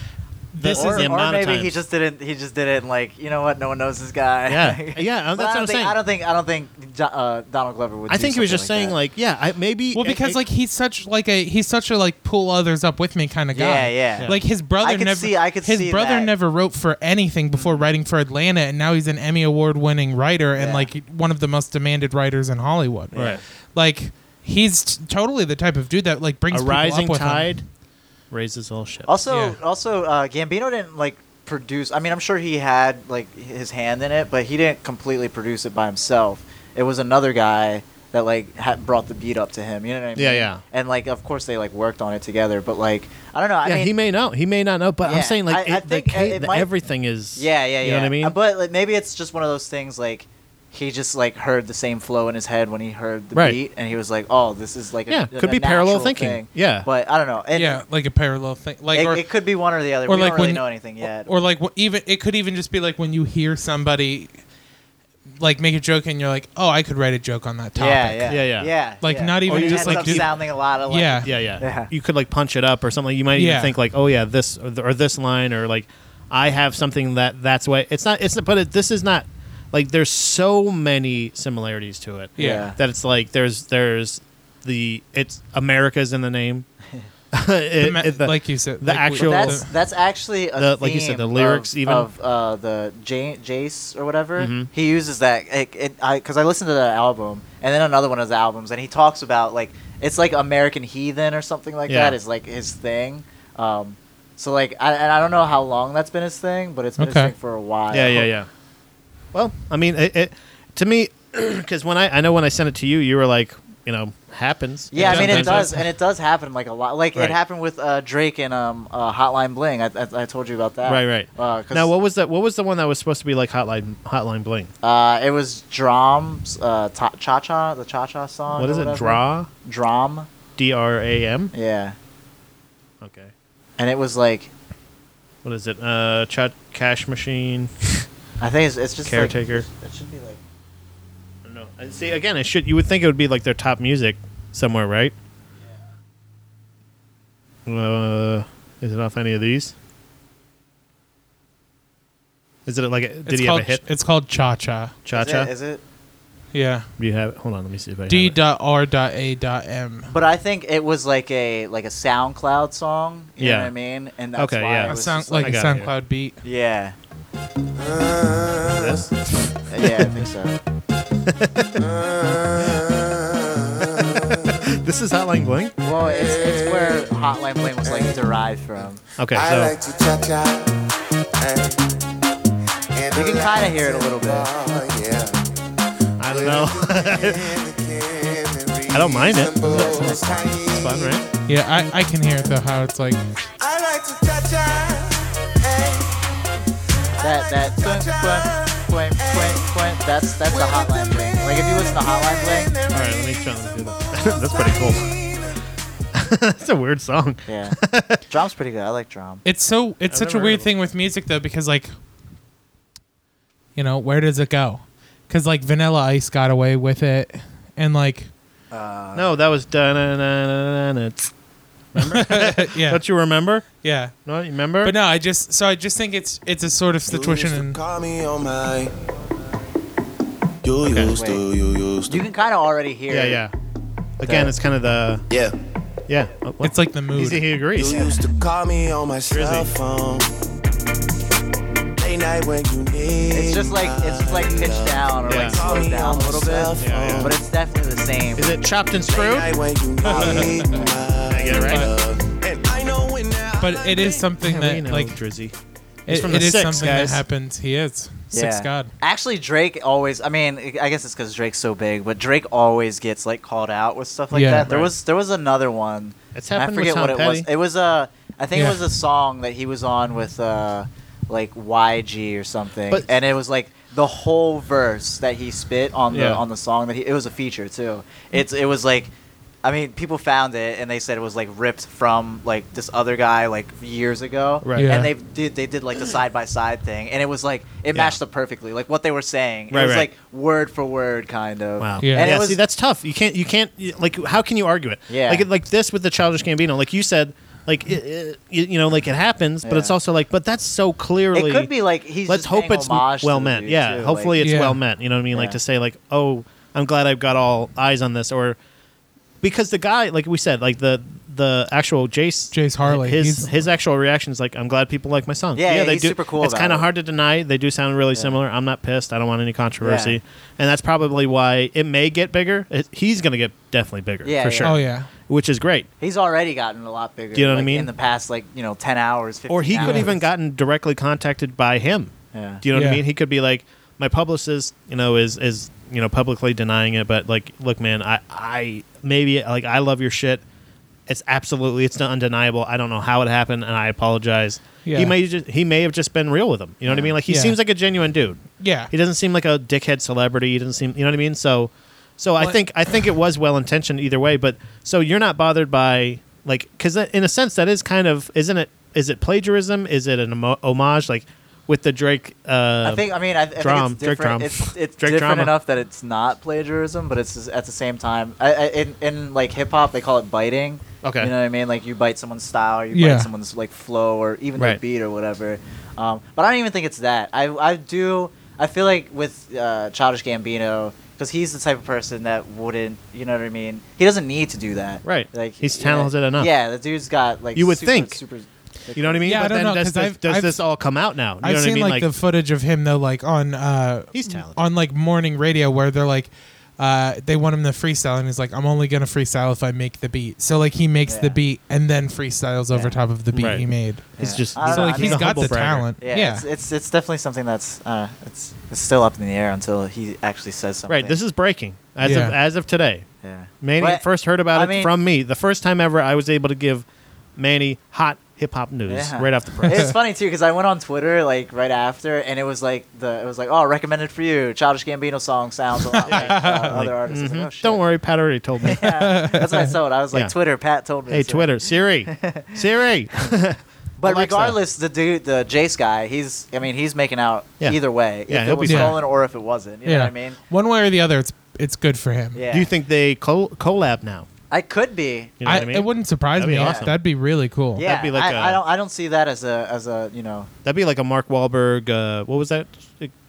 S3: this
S2: or,
S3: is the
S2: or
S3: amount
S2: maybe
S3: of times.
S2: he just didn't. He just didn't like. You know what? No one knows this guy.
S3: Yeah.
S2: Like-
S3: Yeah, that's
S2: But I
S3: what
S2: don't
S3: I'm
S2: think-
S3: saying.
S2: I don't think. I don't think Jo- uh, Donald Glover would.
S3: I
S2: do
S3: think he was
S2: something
S3: just saying
S2: that.
S3: like, yeah, I, maybe.
S1: Well, because like he's such like a he's such a like pull others up with me kind of guy.
S2: Yeah, yeah.
S1: Like his brother
S2: I could
S1: never
S2: see- I could
S1: his
S2: see
S1: brother
S2: that.
S1: never wrote for anything
S3: Mm-hmm.
S1: before writing for Atlanta, and now he's an Emmy award winning writer and
S2: Yeah.
S1: like one of the most demanded writers in Hollywood.
S3: Right.
S1: Like he's t- totally the type of dude that like brings
S3: a
S1: people up
S3: rising
S1: with him.
S3: tide raises all ships.
S2: Also,
S1: Yeah.
S2: also uh, Gambino didn't like produce. I mean, I'm sure he had like his hand in it, but he didn't completely produce it by himself. It was another guy that like had brought the beat up to him. You know what I mean?
S3: Yeah, yeah.
S2: And like, of course, they like worked on it together. But like, I don't know. I
S3: yeah,
S2: mean,
S3: he may know. He may not know, but
S2: Yeah,
S3: I'm saying like
S2: I- I
S3: it, the,
S2: think, uh,
S3: ca-
S2: it
S3: the
S2: might-
S3: everything is.
S2: Yeah, yeah, yeah.
S3: You know what I mean?
S2: Uh, But like, maybe it's just one of those things like he just like heard the same flow in his head when he heard the
S3: Right.
S2: beat, and he was like, "Oh, this is like a,
S3: Yeah,
S2: a-
S3: could
S2: a
S3: be parallel
S2: natural
S3: thinking.
S2: thing."
S3: Yeah.
S2: but I don't know. It,
S1: yeah, like a parallel thing. Like
S2: it,
S1: or,
S2: it could be one or the other.
S1: or
S2: we
S1: like
S2: don't really
S1: when-
S2: know anything yet.
S1: or like wh- even it could even just be like when you hear somebody like make a joke and you're like, "Oh, I could write a joke on that topic."
S2: yeah, yeah,
S3: Yeah, yeah.
S2: yeah.
S1: Like,
S2: yeah.
S1: not even
S2: Or you
S1: just,
S2: had
S1: like,
S2: something
S1: do-
S2: sounding a lot of like,
S1: Yeah.
S3: yeah, yeah,
S2: Yeah.
S3: You could like punch it up or something. You might
S1: Yeah.
S3: even think like, oh yeah, this or, th- or this line or like, I have something that that's why it's not. It's not, but it, this is not like there's so many similarities to it.
S1: Yeah.
S3: that it's like there's there's the it's America's in the name. It-
S1: The ma-
S3: it- the-
S1: like you said,
S3: the
S1: like we-
S3: actual-
S2: That's that's actually a
S3: The-
S2: theme
S3: like you said, the lyrics
S2: of,
S3: even.
S2: of
S3: Mm-hmm.
S2: uh, the J- Jace or whatever. He uses that it, it, I because I listened to the album and then another one of the albums, and he talks about like it's like American Heathen or something like
S3: Yeah.
S2: that is like his thing. Um, so like I, and I don't know how long that's been his thing, but it's been
S1: Okay.
S2: his thing for a while.
S3: Yeah, yeah, yeah. Well, I mean, it, it to me, because when I I know when I sent it to you, you were like, you know, happens.
S2: Yeah, I mean it
S3: Sometimes
S2: does, and it does happen like a lot. Like
S3: Right.
S2: it happened with uh, Drake and um, uh, Hotline Bling. I, I, I told you about that.
S3: Right, right.
S2: Uh, 'cause-
S3: Now, what was that? What was the one that was supposed to be like Hotline Hotline Bling?
S2: Uh, it was Drom's uh, Cha Cha, the Cha Cha song.
S3: what
S2: or
S3: is it?
S2: whatever.
S3: Draw
S2: Drom.
S3: D R A M.
S2: Yeah.
S3: Okay.
S2: And it was like,
S3: What is it? Uh, cha- cash machine
S2: I think it's, it's just. like-
S3: caretaker.
S2: it should be like.
S3: I don't know. And See, again, it should. You would think it would be like their top music somewhere, right? Uh, is it off any of these? Is it like? A, did
S1: it's
S3: he have
S1: called
S3: a hit?
S1: it's called Cha Cha.
S3: Cha
S2: is
S3: cha.
S2: it- Is it?
S1: Yeah.
S3: You have. Hold on. Let me see if I.
S1: D
S3: have it.
S1: dot R dot A dot M.
S2: But I think it was like a like a SoundCloud song. You
S3: Yeah.
S2: know what I mean? And that's
S3: Okay,
S2: why
S3: yeah.
S2: it
S3: A
S1: A
S2: was
S1: sound,
S2: just like,
S1: like a
S3: I got it,
S1: SoundCloud beat.
S2: yeah.
S3: This?
S2: Yeah, I think so.
S3: This is Hotline Bling.
S2: Well, it's, it's where Hotline Bling was like derived from.
S3: Okay,
S8: I
S3: so
S8: like to cha cha.
S2: You can kind of hear it a little bit.
S8: I
S3: I don't know. I don't mind it. It's fun, right?
S1: Yeah, I, I can hear it though how it's like
S8: I like to cha cha.
S2: That that boom, boom, boom, boom, boom. That's that's the Hotline Bling. Like if you listen to Hotline Bling.
S3: All right, let me try and do that. That's pretty cool. That's a weird song.
S2: Yeah. Drom's pretty good. I like Drom.
S1: it's so it's
S3: I've
S1: such a
S3: never heard
S1: weird
S3: of
S1: thing with music though because like you know where does it go because like vanilla ice got away with it and like Uh,
S3: No, that was da na na na na.
S1: yeah
S3: Don't you remember?
S1: yeah
S3: No, you remember?
S1: but no i just so i just think it's it's a sort of situation and
S8: Call me on my. You used to,
S2: Wait.
S8: you used
S2: You can kind of already hear.
S3: yeah,
S2: it.
S3: yeah. Again, it's kind of the
S8: Yeah.
S3: yeah. Oh, what?
S1: it's like the mood
S3: Easy, he
S8: You
S3: agrees.
S8: used to call me on my cell
S3: Drizzy.
S8: phone. Late night when you need.
S2: It's just like it's just like pitched down or
S3: Yeah.
S2: like slowed down a little bit,
S3: Yeah, yeah.
S2: but it's definitely the same.
S3: Is it chopped and screwed?
S8: Night when you need my
S3: Get it right.
S8: love. And I know when now.
S1: but it is something
S3: Yeah, we
S1: that
S3: know,
S1: like
S3: Drizzy.
S1: it,
S3: from
S1: it
S3: the
S1: is
S3: Six,
S1: something
S3: guys.
S1: that happens he is six god
S2: Actually, Drake always. I mean, I guess it's because Drake's so big, but Drake always gets like called out with stuff like
S1: Yeah.
S2: that. There
S3: Right.
S2: was there was another one.
S3: It's
S2: and I
S3: happened with
S2: forget what
S3: Tom
S2: it was.
S3: Petty.
S2: It was a. I think
S1: Yeah.
S2: it was a song that he was on with uh, like YG or something,
S3: But-
S2: and it was like the whole verse that he spit on the
S3: Yeah.
S2: on the song that he. It was a feature too. It's it was like. I mean, people found it and they said it was like ripped from like this other guy like years ago.
S3: Right.
S1: Yeah.
S2: And they did they did like the side by side thing, and it was like it
S3: Yeah.
S2: matched up perfectly, like what they were saying.
S3: Right,
S2: it was
S3: right.
S2: like word for word, kind of.
S3: Wow.
S1: Yeah.
S2: And
S3: yeah.
S2: it was
S3: see, that's tough. You can't. You can't. you- Like, how can you argue it?
S2: Yeah.
S3: Like, like this with the childish Gambino. Like you said, like it, it, you, you know, like it happens, but
S2: Yeah.
S3: it's also like, but that's so clearly.
S2: it could be like he's.
S3: let's
S2: just
S3: hope
S2: paying
S3: it's
S2: homage to
S3: well
S2: the
S3: meant.
S2: dude,
S3: Yeah.
S2: too,
S3: Hopefully,
S2: like-
S3: it's
S1: Yeah.
S3: well meant. You know what I mean? Like
S2: Yeah.
S3: to say, like, oh, I'm glad I've got all eyes on this, or because the guy, like we said, like the the actual Jace
S1: Jace Harley,
S3: his
S1: he's-
S3: his actual reaction is like, I'm glad people like my son.
S2: Yeah, yeah,
S3: they
S2: he's
S3: do.
S2: super cool
S3: It's
S2: about
S3: kind of
S2: it.
S3: hard to deny. They do sound really similar. I'm not pissed. I don't want any controversy,
S2: Yeah.
S3: and that's probably why it may get bigger. It, he's gonna get definitely bigger
S2: Yeah,
S3: for
S2: yeah.
S3: sure.
S1: Oh yeah.
S3: which is great.
S2: he's already gotten a lot bigger.
S3: Do you know what I
S2: like,
S3: mean?
S2: In the past, like you know, ten hours. 15
S3: or he could
S2: hours.
S3: even gotten directly contacted by him.
S2: Yeah.
S3: Do you know what I
S1: Yeah.
S3: mean? He could be like, my publicist, you know, is is you know publicly denying it, but like, look, man, I I maybe like I love your shit. It's absolutely it's undeniable. I don't know how it happened, and I apologize.
S1: Yeah.
S3: He may just, he may have just been real with him. You know what I mean? Like he
S1: Yeah.
S3: seems like a genuine dude.
S1: Yeah.
S3: He doesn't seem like a dickhead celebrity. He doesn't seem, you know what I mean? So, so I
S1: Well,
S3: think I think it was well intentioned either way. But so you're not bothered by like because in a sense that is kind of isn't it? Is it plagiarism? Is it an homo- homage? Like with the Drake? Uh,
S2: I think. I mean, I, I think
S3: Drum,
S2: it's
S3: Drake
S2: different.
S3: drum.
S2: It's, it's
S3: Drake
S2: different
S3: drama.
S2: enough that it's not plagiarism, but it's at the same time. I, I, in in like hip hop, they call it biting.
S3: Okay.
S2: You know what I mean? Like you bite someone's style, or you
S1: Yeah.
S2: bite someone's like flow, or even
S3: Right.
S2: their beat or whatever. Um, but I don't even think it's that. I I do. I feel like with uh, Childish Gambino, because he's the type of person that wouldn't. You know what I mean? He doesn't need to do that.
S3: Right.
S2: Like
S3: He's
S2: you know-
S3: talented enough.
S2: Yeah, the dude's got like.
S3: You would
S2: super,
S3: think.
S2: Super.
S3: you know what I mean?
S1: Yeah, I
S3: but
S1: don't
S3: then
S1: know,
S3: does,
S1: 'cause
S3: this,
S1: I've-
S3: does
S1: I've-
S3: this all come out now? You know
S1: I've
S3: what
S1: seen
S3: I mean?
S1: like, the footage of him though, like on uh,
S3: He's talented.
S1: on like morning radio where they're like. Uh, they want him to freestyle, and he's like, "I'm only gonna freestyle if I make the beat." So like, he makes
S2: Yeah.
S1: the beat and then freestyles over
S2: Yeah.
S1: top of the beat
S3: Right.
S1: he made.
S3: he's
S2: Yeah.
S3: just
S2: I don't
S1: So
S2: know,
S1: like,
S2: I
S1: he's
S2: mean-
S3: a
S1: got
S3: humble
S1: the
S3: bragger.
S1: talent.
S2: Yeah,
S1: Yeah,
S2: It's, it's it's definitely something that's uh, it's it's still up in the air until he actually says something.
S3: Right. This is breaking as
S1: Yeah.
S3: of as of today.
S2: yeah.
S3: Manny
S2: But-
S3: first heard about
S2: I
S3: it
S2: mean-
S3: from me. The first time ever I was able to give Manny hot hip hop news
S2: Yeah.
S3: right off the press.
S2: It's funny too because I went on Twitter like right after, and it was like the it was like oh recommended for you. Childish Gambino song sounds a lot like uh,
S3: Like,
S2: other artists. I was like,
S3: mhm.
S2: "Oh, shit."
S3: Don't worry, Pat already told me.
S2: Yeah, that's what I saw. I was like
S3: Yeah.
S2: Twitter. Pat told me.
S3: hey,
S2: so-
S3: Twitter, Siri, Siri.
S2: But
S3: Alexa.
S2: regardless, the dude, the Jace guy, he's I mean he's making out
S3: Yeah.
S2: either way.
S3: Yeah,
S2: if
S3: he'll
S2: it
S3: be
S2: was
S1: fine.
S2: stolen or if it wasn't. You
S1: yeah.
S2: know what I mean?
S1: one way or the other, it's it's good for him.
S2: Yeah.
S3: Do you think they col- collab now?
S2: I could be?
S3: You know
S1: I,
S3: what I mean?
S1: It wouldn't surprise
S3: That'd be
S1: me.
S3: awesome.
S1: That'd be really cool.
S2: Yeah,
S3: be like
S2: I,
S3: a-
S2: I don't I don't see that as a as a you know
S3: That'd be like a Mark Wahlberg. Uh, what was that?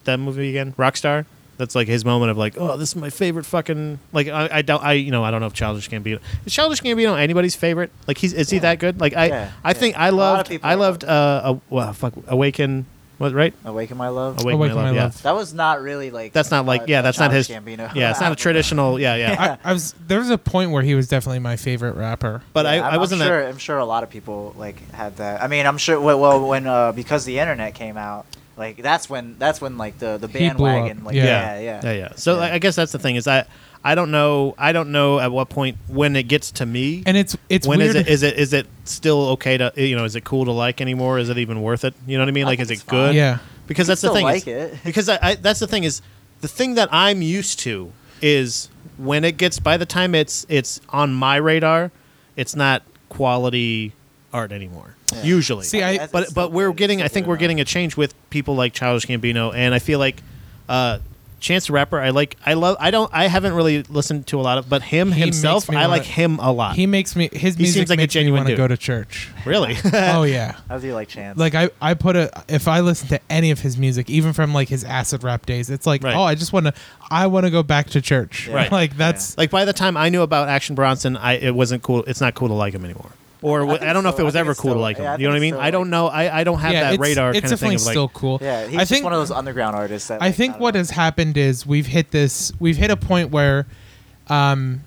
S3: That movie again? Rockstar. That's like his moment of like, oh, this is my favorite fucking. Like I, I don't, I you know, I don't know if Childish Gambino is Childish Gambino anybody's favorite. Like he's is he that good? Like I,
S2: Yeah,
S3: I
S2: yeah.
S3: think I
S2: A lot of
S3: loved,
S2: people
S3: I
S2: are.
S3: loved uh, a, well, fuck, Awaken, what right?
S2: Awaken My Love.
S3: Awaken,
S1: Awaken
S3: my,
S1: My
S3: love. Yeah.
S1: Love.
S2: That was not really like.
S3: That's not like
S2: uh,
S3: yeah, that's not his.
S2: Childish Gambino.
S3: Yeah, it's not a traditional. Yeah, yeah.
S1: I, I was there was a point where he was definitely my favorite rapper.
S3: but I,
S2: Yeah, I'm-
S3: I wasn't
S2: I'm
S3: that-
S2: sure. I'm sure a lot of people like had that. I mean, I'm sure. Well, well when uh, because the internet came out, like that's when that's when like the the
S1: He blew up,
S2: bandwagon. Like
S1: yeah.
S2: yeah, yeah,
S3: yeah, yeah. So I I guess that's the thing is I, I don't know, I don't know at what point when it gets to me.
S1: And it's it's
S3: when is
S1: weird.
S3: it is it is it still okay to you know is it cool to like anymore is it even worth it you know what i mean
S2: I
S3: like
S2: think
S3: is it
S2: it's fine.
S3: good
S1: Yeah.
S3: because
S2: You
S3: that's the
S2: still
S3: thing
S2: like
S3: is-
S2: it.
S3: because I, I that's the thing is the thing that i'm used to is when it gets by the time it's it's on my radar it's not quality art anymore usually
S1: See, I-
S2: That's-
S3: but but we're getting I think we're getting a change with people like Childish Gambino and I feel like uh Chance the Rapper I like I love I don't I haven't really listened to a lot of but him
S1: He makes
S3: himself
S1: me
S3: I
S1: wanna-
S3: like him a lot.
S1: he makes me his
S3: He
S1: music
S3: seems like a
S1: makes me
S3: genuine
S1: want to
S3: dude.
S1: go to church.
S3: really?
S1: oh yeah.
S2: How do you like Chance?
S1: Like I, I put a if I listen to any of his music, even from like his acid rap days, it's like
S3: Right.
S1: oh I just want to I want to go back to church.
S3: Right.
S1: Like that's
S3: like by the time I knew about Action Bronson, I it wasn't cool. It's not cool to like him anymore. Or
S2: I
S3: I,
S2: think
S3: don't know if
S2: so.
S3: it
S2: I
S3: was
S2: think
S3: ever
S2: it's
S3: cool to
S2: still-
S3: like him.
S2: yeah, I
S3: you know what I
S2: think
S3: mean?
S2: it's
S3: I
S2: still
S3: don't know. I, I don't have
S1: yeah.
S3: that
S1: it's
S3: radar
S1: it's
S3: kind of
S1: definitely
S3: thing. Of like,
S1: still cool.
S2: yeah, he's
S1: I
S2: just
S1: think
S2: one of those underground artists. That,
S1: I
S2: like,
S1: think
S2: don't
S1: what
S2: know.
S1: has happened is we've hit this we've hit a point where um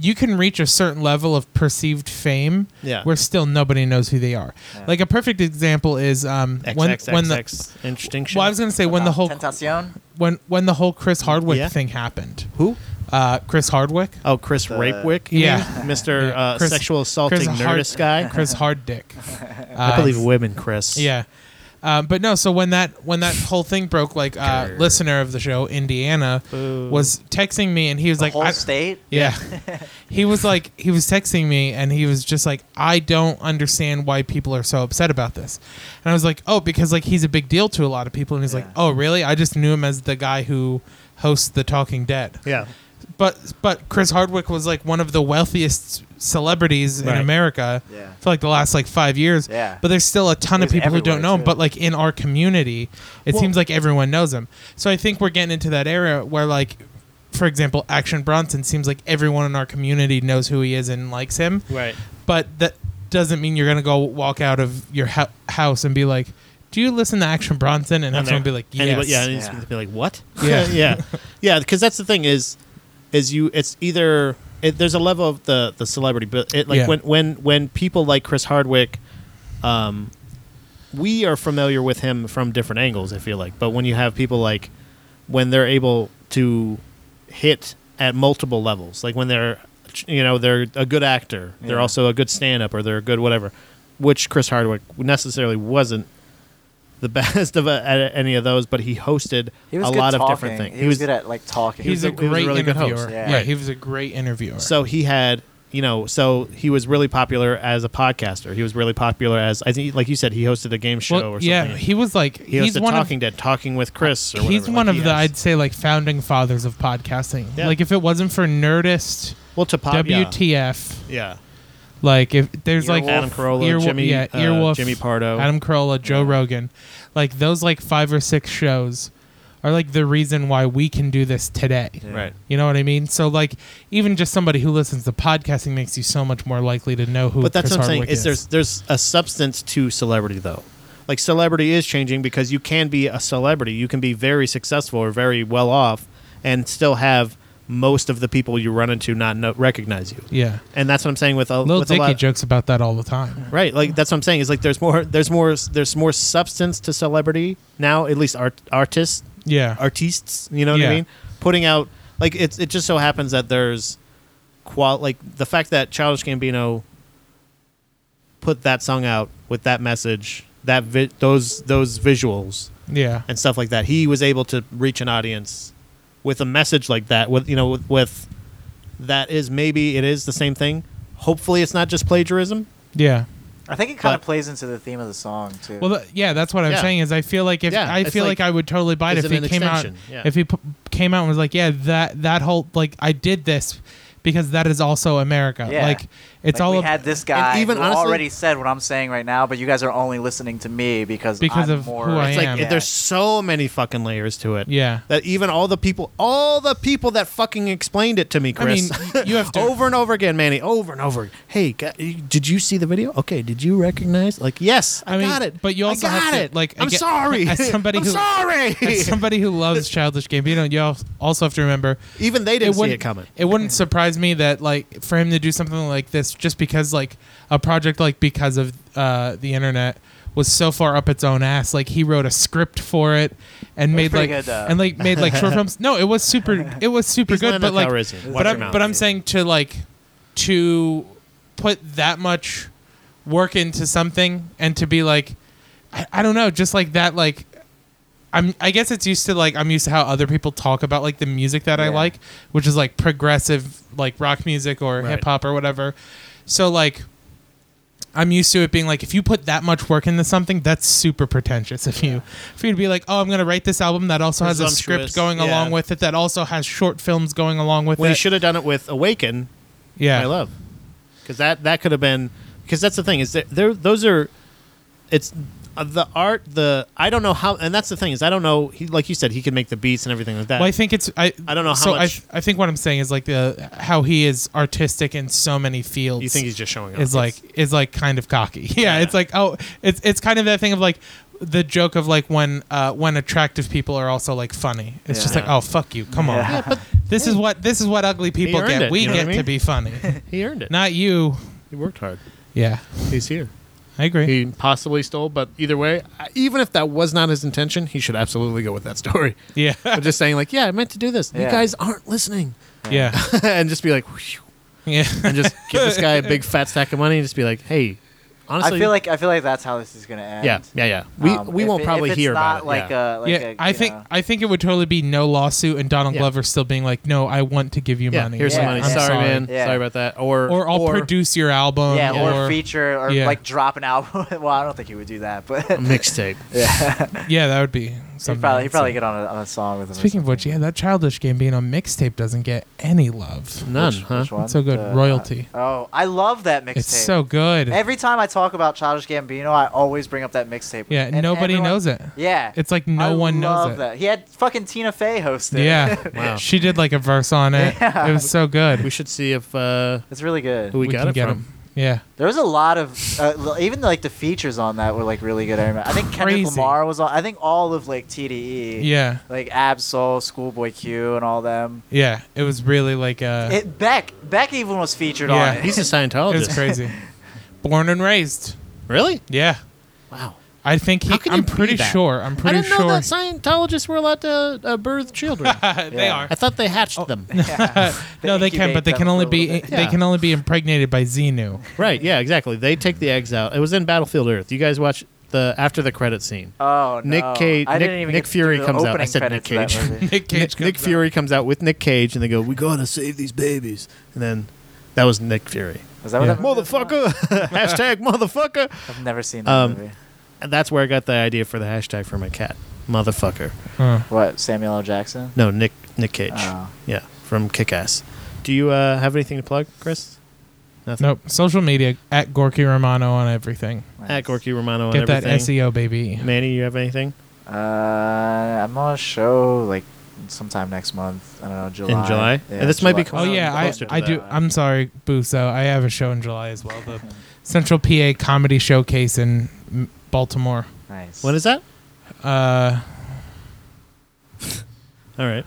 S1: you can reach a certain level of perceived fame
S3: Yeah.
S1: where still nobody knows who they are. Like a perfect example is um when when the
S3: XXXX Extinction.
S1: well, I was gonna say when the whole
S2: Tentacion.
S1: when when the whole Chris Hardwick
S3: Yeah.
S1: thing happened.
S3: Who?
S1: Uh, Chris Hardwick.
S3: Oh, Chris Rapewick. you
S1: yeah.
S3: mean? Mr.
S1: Yeah,
S3: Uh,
S1: Chris-
S3: sexual assaulting
S1: Chris Hard-
S3: nerdist guy.
S1: Chris Harddick.
S3: I believe women, Chris.
S1: Yeah. Um, but no, so when that when that whole thing broke, like uh, listener of the show, Indiana, was texting me and he was
S2: The
S1: like,
S2: whole
S1: I-
S2: state.
S1: yeah. he was like, he was texting me and he was just like, I don't understand why people are so upset about this. And I was like, oh, because like he's a big deal to a lot of people. And he's like,
S2: Yeah.
S1: oh, really? I just knew him as the guy who hosts The Talking Dead.
S3: Yeah.
S1: But but Chris Hardwick was like one of the wealthiest celebrities
S3: Right.
S1: in America
S2: Yeah.
S1: for like the last like five years.
S2: Yeah.
S1: But there's still a ton
S2: He
S1: of
S2: was
S1: people who don't
S2: everywhere,
S1: know him.
S2: too.
S1: But like in our community, it seems like everyone knows him. So I think we're getting into that era where like, for example, Action Bronson seems like everyone in our community knows who he is and likes him.
S3: Right.
S1: But that doesn't mean you're gonna go walk out of your hou- house and be like, "Do you listen to Action Bronson?" And have someone be like, "Yes."
S3: Anybody, yeah, and he's
S2: Yeah.
S3: gonna be like, what?
S1: Yeah.
S3: yeah, yeah. Because that's the thing is, is you. It's either it, there's a level of the the celebrity, but it like
S1: Yeah.
S3: when when when people like Chris Hardwick, um, we are familiar with him from different angles. I feel like, but when you have people like when they're able to hit at multiple levels, like when they're you know they're a good actor, they're
S2: Yeah.
S3: also a good stand up, or they're a good whatever. Which Chris Hardwick necessarily wasn't the best of uh at any of those, but he hosted
S2: He was
S3: a
S2: good
S3: lot
S2: talking.
S3: of different things.
S2: He, was, good at like talking.
S1: He's,
S3: was
S1: a,
S3: a- he was a
S1: great
S3: really good host.
S1: interviewer.
S2: Yeah.
S1: yeah,
S2: Right.
S1: he was a great interviewer.
S3: so he had you know so he was really popular as a podcaster. He was really popular as I think like you said he hosted a game show
S1: Well,
S3: or something.
S1: yeah, he was like
S3: he
S1: he's
S3: hosted
S1: one
S3: Talking
S1: of
S3: Dead, Talking with Chris. Or
S1: he's
S3: whatever, like
S1: one of
S3: he
S1: the
S3: has.
S1: I'd say like founding fathers of podcasting.
S3: Yeah.
S1: Like if it wasn't for Nerdist,
S3: well to pop, yeah.
S1: WTF,
S3: yeah.
S1: like if there's like
S3: Adam Carolla,
S1: Earwolf-
S3: Jimmy,
S1: yeah,
S3: uh,
S1: Earwolf,
S3: Jimmy Pardo.
S1: Adam Carolla, Joe Rogan, like those like five or six shows are like the reason why we can do this today.
S3: Right.
S1: You know what I mean? So like even just somebody who listens to podcasting makes you so much more likely to know who.
S3: But that's
S1: Chris
S3: what I'm saying.
S1: Hardwick
S3: Is,
S1: is
S3: there's there's a substance to celebrity though. Like celebrity is changing because you can be a celebrity. You can be very successful or very well off and still have most of the people you run into not know, recognize you.
S1: yeah.
S3: And that's what I'm saying with a
S1: Lil
S3: with a
S1: Dicky
S3: lot,
S1: jokes about that all the time.
S3: right? Like that's what I'm saying is like there's more there's more there's more substance to celebrity now. At least art artists
S1: Yeah.
S3: artists. You know what
S1: Yeah.
S3: I mean? Putting out like it's it just so happens that there's qual like the fact that Childish Gambino put that song out with that message, that vi- those those visuals
S1: yeah.
S3: and stuff like that. He was able to reach an audience with a message like that. With you know with, with that is maybe it is the same thing. Hopefully, it's not just plagiarism.
S1: Yeah.
S2: I think it kind
S3: but-
S2: of plays into the theme of the song too.
S1: Well, th- yeah, that's what I'm
S3: Yeah.
S1: saying. Is I feel like if
S3: Yeah,
S1: I
S3: it's
S1: feel like,
S3: like-
S1: I would totally buy it
S3: is
S1: if
S3: it
S1: he
S3: an
S1: came out.
S3: extension? Yeah.
S1: If he p- came out and was like, yeah, that that whole like I did this because that is also America.
S2: Yeah.
S1: Like it's
S2: Like,
S1: all
S2: we
S1: ab-
S2: had this guy
S3: even
S2: who
S3: honestly-
S2: already said what I'm saying right now, but you guys are only listening to me because
S1: Because
S2: I'm
S1: of
S2: more,
S1: who I
S3: It's
S1: am.
S3: like there's so many fucking layers to it.
S1: Yeah.
S3: That even all the people, all the people that fucking explained it to me,
S1: I mean,
S3: Chris,
S1: y- you have to.
S3: over and over again, Manny, over and over. Hey, ga- did you see the video? Okay, did you recognize? Like, yes, I,
S1: I mean,
S3: got it.
S1: but you
S3: I
S1: also have
S3: got
S1: to,
S3: it.
S1: like,
S3: I'm
S1: again-
S3: sorry.
S1: as somebody
S3: I'm
S1: who-
S3: sorry.
S1: as somebody who loves Childish Gambino, you al- also have to remember
S3: even they didn't see
S1: wouldn't-
S3: it coming.
S1: It wouldn't surprise me that like for him to do something like this, just because like a project like because of uh, the internet was so far up its own ass. Like he wrote a script for it and made like
S2: pretty good, though.
S1: and like made like short films. No, it was super. It was super
S3: He's
S1: good.
S3: not
S1: But
S3: Nick
S1: like,
S3: Calrissian. Watch
S1: but
S3: your
S1: I'm
S3: mouth.
S1: but I'm saying to like to put that much work into something and to be like I, I don't know, just like that like I'm I guess it's used to like I'm used to how other people talk about like the music that I
S2: Yeah.
S1: like, which is like progressive like rock music or
S3: Right.
S1: hip hop or whatever. So like I'm used to it being like if you put that much work into something, that's super pretentious. If you for you to be like, oh, I'm gonna write this album that also has a
S3: Presumptuous,
S1: script going
S3: yeah.
S1: along with it, that also has short films going along with
S3: Well, he
S1: it.
S3: should have done it with Awaken,
S1: yeah,
S3: I love because that that could have been because that's the thing is that there those are it's uh, the art the I don't know how and that's the thing is I don't know he like you said he could make the beats and everything like that
S1: Well, I think it's I.
S3: I don't know how
S1: so
S3: much-
S1: I, I think what I'm saying is like the how he is artistic in so many fields.
S3: you think he's just showing off
S1: is like is like kind of cocky. Yeah, it's like oh, it's it's kind of that thing of like the joke of like when uh when attractive people are also like funny. It's just like
S3: Yeah.
S1: oh fuck you, come on.
S2: Yeah.
S1: this is what this is what ugly people
S3: earned
S1: get.
S3: it,
S1: we
S3: you know what
S1: get
S3: I mean?
S1: to be funny,
S3: he earned it
S1: not you.
S3: he worked hard
S1: Yeah,
S3: he's here
S1: I agree.
S3: he possibly stole but either way I- even if that was not his intention he should absolutely go with that story
S1: yeah,
S3: I'm just saying like yeah I meant to do this you
S2: Yeah.
S3: guys aren't listening
S1: yeah,
S3: and just be like whew,
S1: yeah.
S3: and just give this guy a big fat stack of money and just be like hey Honestly,
S2: I feel like I feel like that's how this is gonna end.
S3: yeah, yeah, yeah. We
S2: Um,
S3: we
S2: if
S3: won't
S2: it-
S3: probably
S2: if it's
S3: hear
S2: not
S3: about it.
S2: Like
S3: yeah.
S2: a, like
S1: yeah,
S2: a,
S1: I
S2: you
S1: think
S2: know.
S1: I think it would totally be no lawsuit and Donald
S3: Yeah.
S1: Glover still being like, "No, I want to give you
S3: yeah,
S1: money.
S3: here's some
S2: Yeah.
S3: money.
S1: I'm
S3: sorry, man.
S2: Yeah.
S3: Sorry about that. Or
S1: Or I'll produce your album.
S2: yeah, or,
S1: or
S2: feature or
S1: yeah.
S2: like drop an album. well, I don't think he would do that, but
S3: a mixtape.
S1: yeah, that would be
S2: he
S1: something.
S2: probably he
S1: I'd
S2: probably
S1: say.
S2: get on a, on a song with him. or
S1: Speaking of which,
S2: something.
S1: yeah, that childish game being on mixtape doesn't get any love.
S3: None,
S2: Which-
S3: huh?
S2: which one?
S1: It's so good.
S2: The-
S1: Royalty.
S2: Oh, I love that mixtape.
S1: It's so good.
S2: Every time I talk about Childish Gambino, I always bring up that mixtape.
S1: yeah,
S2: And
S1: nobody
S2: everyone-
S1: knows it.
S2: Yeah,
S1: It's like no
S2: I
S1: one knows
S2: love
S1: it.
S2: That. He had fucking Tina Fey host it.
S1: Yeah,
S3: Wow.
S1: she did like a verse on it.
S2: Yeah.
S1: It was so good.
S3: We should see if uh,
S2: it's really good.
S3: who we, got
S1: can
S3: it
S1: get
S3: from.
S1: 'em. Yeah,
S2: There was a lot of uh, l- even like the features on that were like really good. I remember. I think Kendrick
S1: Crazy.
S2: Lamar was on. I think all of like TDE.
S1: yeah,
S2: Like Absol, Schoolboy Q, and all them.
S1: yeah. It was really like uh, it,
S2: It Beck Beck even was featured
S1: Yeah.
S2: on it.
S3: He's a
S1: was
S3: Scientologist.
S1: crazy. Born and raised.
S3: really?
S1: Yeah,
S3: Wow.
S1: I think he.
S3: How can
S1: I'm
S3: you be
S1: pretty
S3: that?
S1: sure. I'm
S3: I
S1: pretty
S3: didn't know
S1: sure.
S3: that Scientologists were allowed to uh, birth children.
S1: they
S2: Yeah.
S1: are.
S3: I thought they hatched
S1: Oh.
S3: them.
S1: no, they can,
S2: incubate
S1: but they
S2: them
S1: can
S2: for a
S1: only be
S2: little
S1: they
S2: bit.
S3: Yeah.
S1: can only be impregnated by Xenu.
S3: right? Yeah, exactly. They take the eggs out. It was in Battlefield Earth. You guys watch the after the credit scene.
S2: Oh no!
S3: Nick Cage-
S2: I
S3: Nick-
S2: didn't even
S3: Nick
S2: get
S3: Fury
S2: through the
S3: comes out. I
S2: opening
S3: said
S2: credits
S3: Nick
S2: of that
S3: Cage.
S2: movie.
S1: Nick Cage.
S3: Nick, Nick
S1: comes
S3: Fury comes out with Nick Cage, and they go, "We gotta save these babies." And then that was Nick Fury.
S2: Is that what
S1: Yeah.
S2: that movie was about?
S3: Motherfucker! hashtag motherfucker.
S2: I've never seen that
S3: Um,
S2: movie.
S3: And that's where I got the idea for the hashtag for my cat,
S1: out.
S3: motherfucker.
S1: Huh.
S2: What Samuel L. Jackson?
S3: No, Nick Nick Cage.
S2: Oh.
S3: Yeah, from Kick Ass. Do you uh, have anything to plug, Chris? Nothing.
S1: Nope. Social media at Gorky Romano on everything.
S3: At Gorky Romano on
S1: Get that E
S3: everything.
S1: SEO baby.
S3: Manny, you have anything
S2: Uh, I'm on a show like sometime next month. I don't know, July.
S3: in July? and this might be
S1: Oh
S3: closer-
S1: yeah, I,
S3: closer to
S1: I do.
S3: that.
S1: I'm sorry, Buso. I have a show in July as well. The Central PA Comedy Showcase in M- Baltimore.
S2: Nice.
S3: When is that?
S1: Uh,
S3: All right,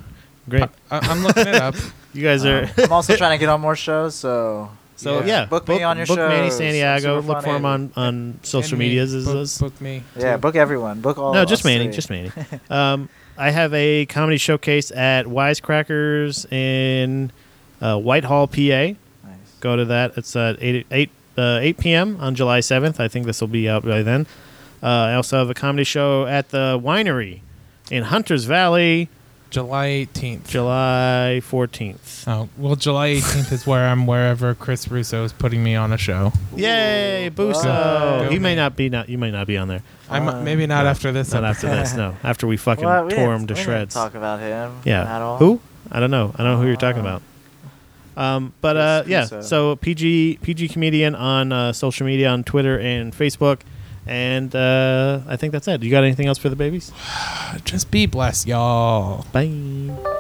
S3: great.
S1: I, I'm looking it up.
S3: You guys are.
S2: Um, I'm also trying to get on more shows, so
S3: So yeah,
S1: Yeah.
S2: Um, Book me on your
S3: book Manny
S2: shows.
S3: Santiago.
S2: Super
S3: Look for
S2: funny.
S3: him on on social
S1: And me.
S3: medias. Is,
S1: book,
S3: is-
S1: book me.
S2: yeah,
S1: too.
S2: book everyone. Book all.
S3: no,
S2: of
S3: just
S2: us
S3: Manny,
S2: three.
S3: just Manny. um, I have a comedy showcase at Wisecrackers in uh, Whitehall, PA.
S2: Nice.
S3: Go to that. It's at eight eight uh, eight p.m. on July seventh. I think this will be out by then. Uh, I also have a comedy show at the winery in Hunters Valley,
S1: July 18th.
S3: July fourteenth.
S1: Oh well, July 18th is where I'm. Wherever Chris Russo is putting me on a show.
S3: Yay,
S2: Wow.
S3: Buso!
S1: Go
S3: You may
S1: man.
S3: not be not you may not be on there.
S1: I'm maybe not after this.
S3: Uh, Not
S1: episode.
S3: after this, no. After we fucking
S2: Well, we
S3: tore
S2: didn't-
S3: him to
S2: we didn't
S3: shreds.
S2: talk about him.
S3: yeah.
S2: At all.
S3: Who? I don't know. I don't know who you're talking about. Um, but uh,
S2: It's
S3: yeah.
S2: Lisa.
S3: So PG PG comedian on uh, social media on Twitter and Facebook, and uh, I think that's it. You got anything else for the babies?
S1: Just be blessed, y'all.
S3: Bye.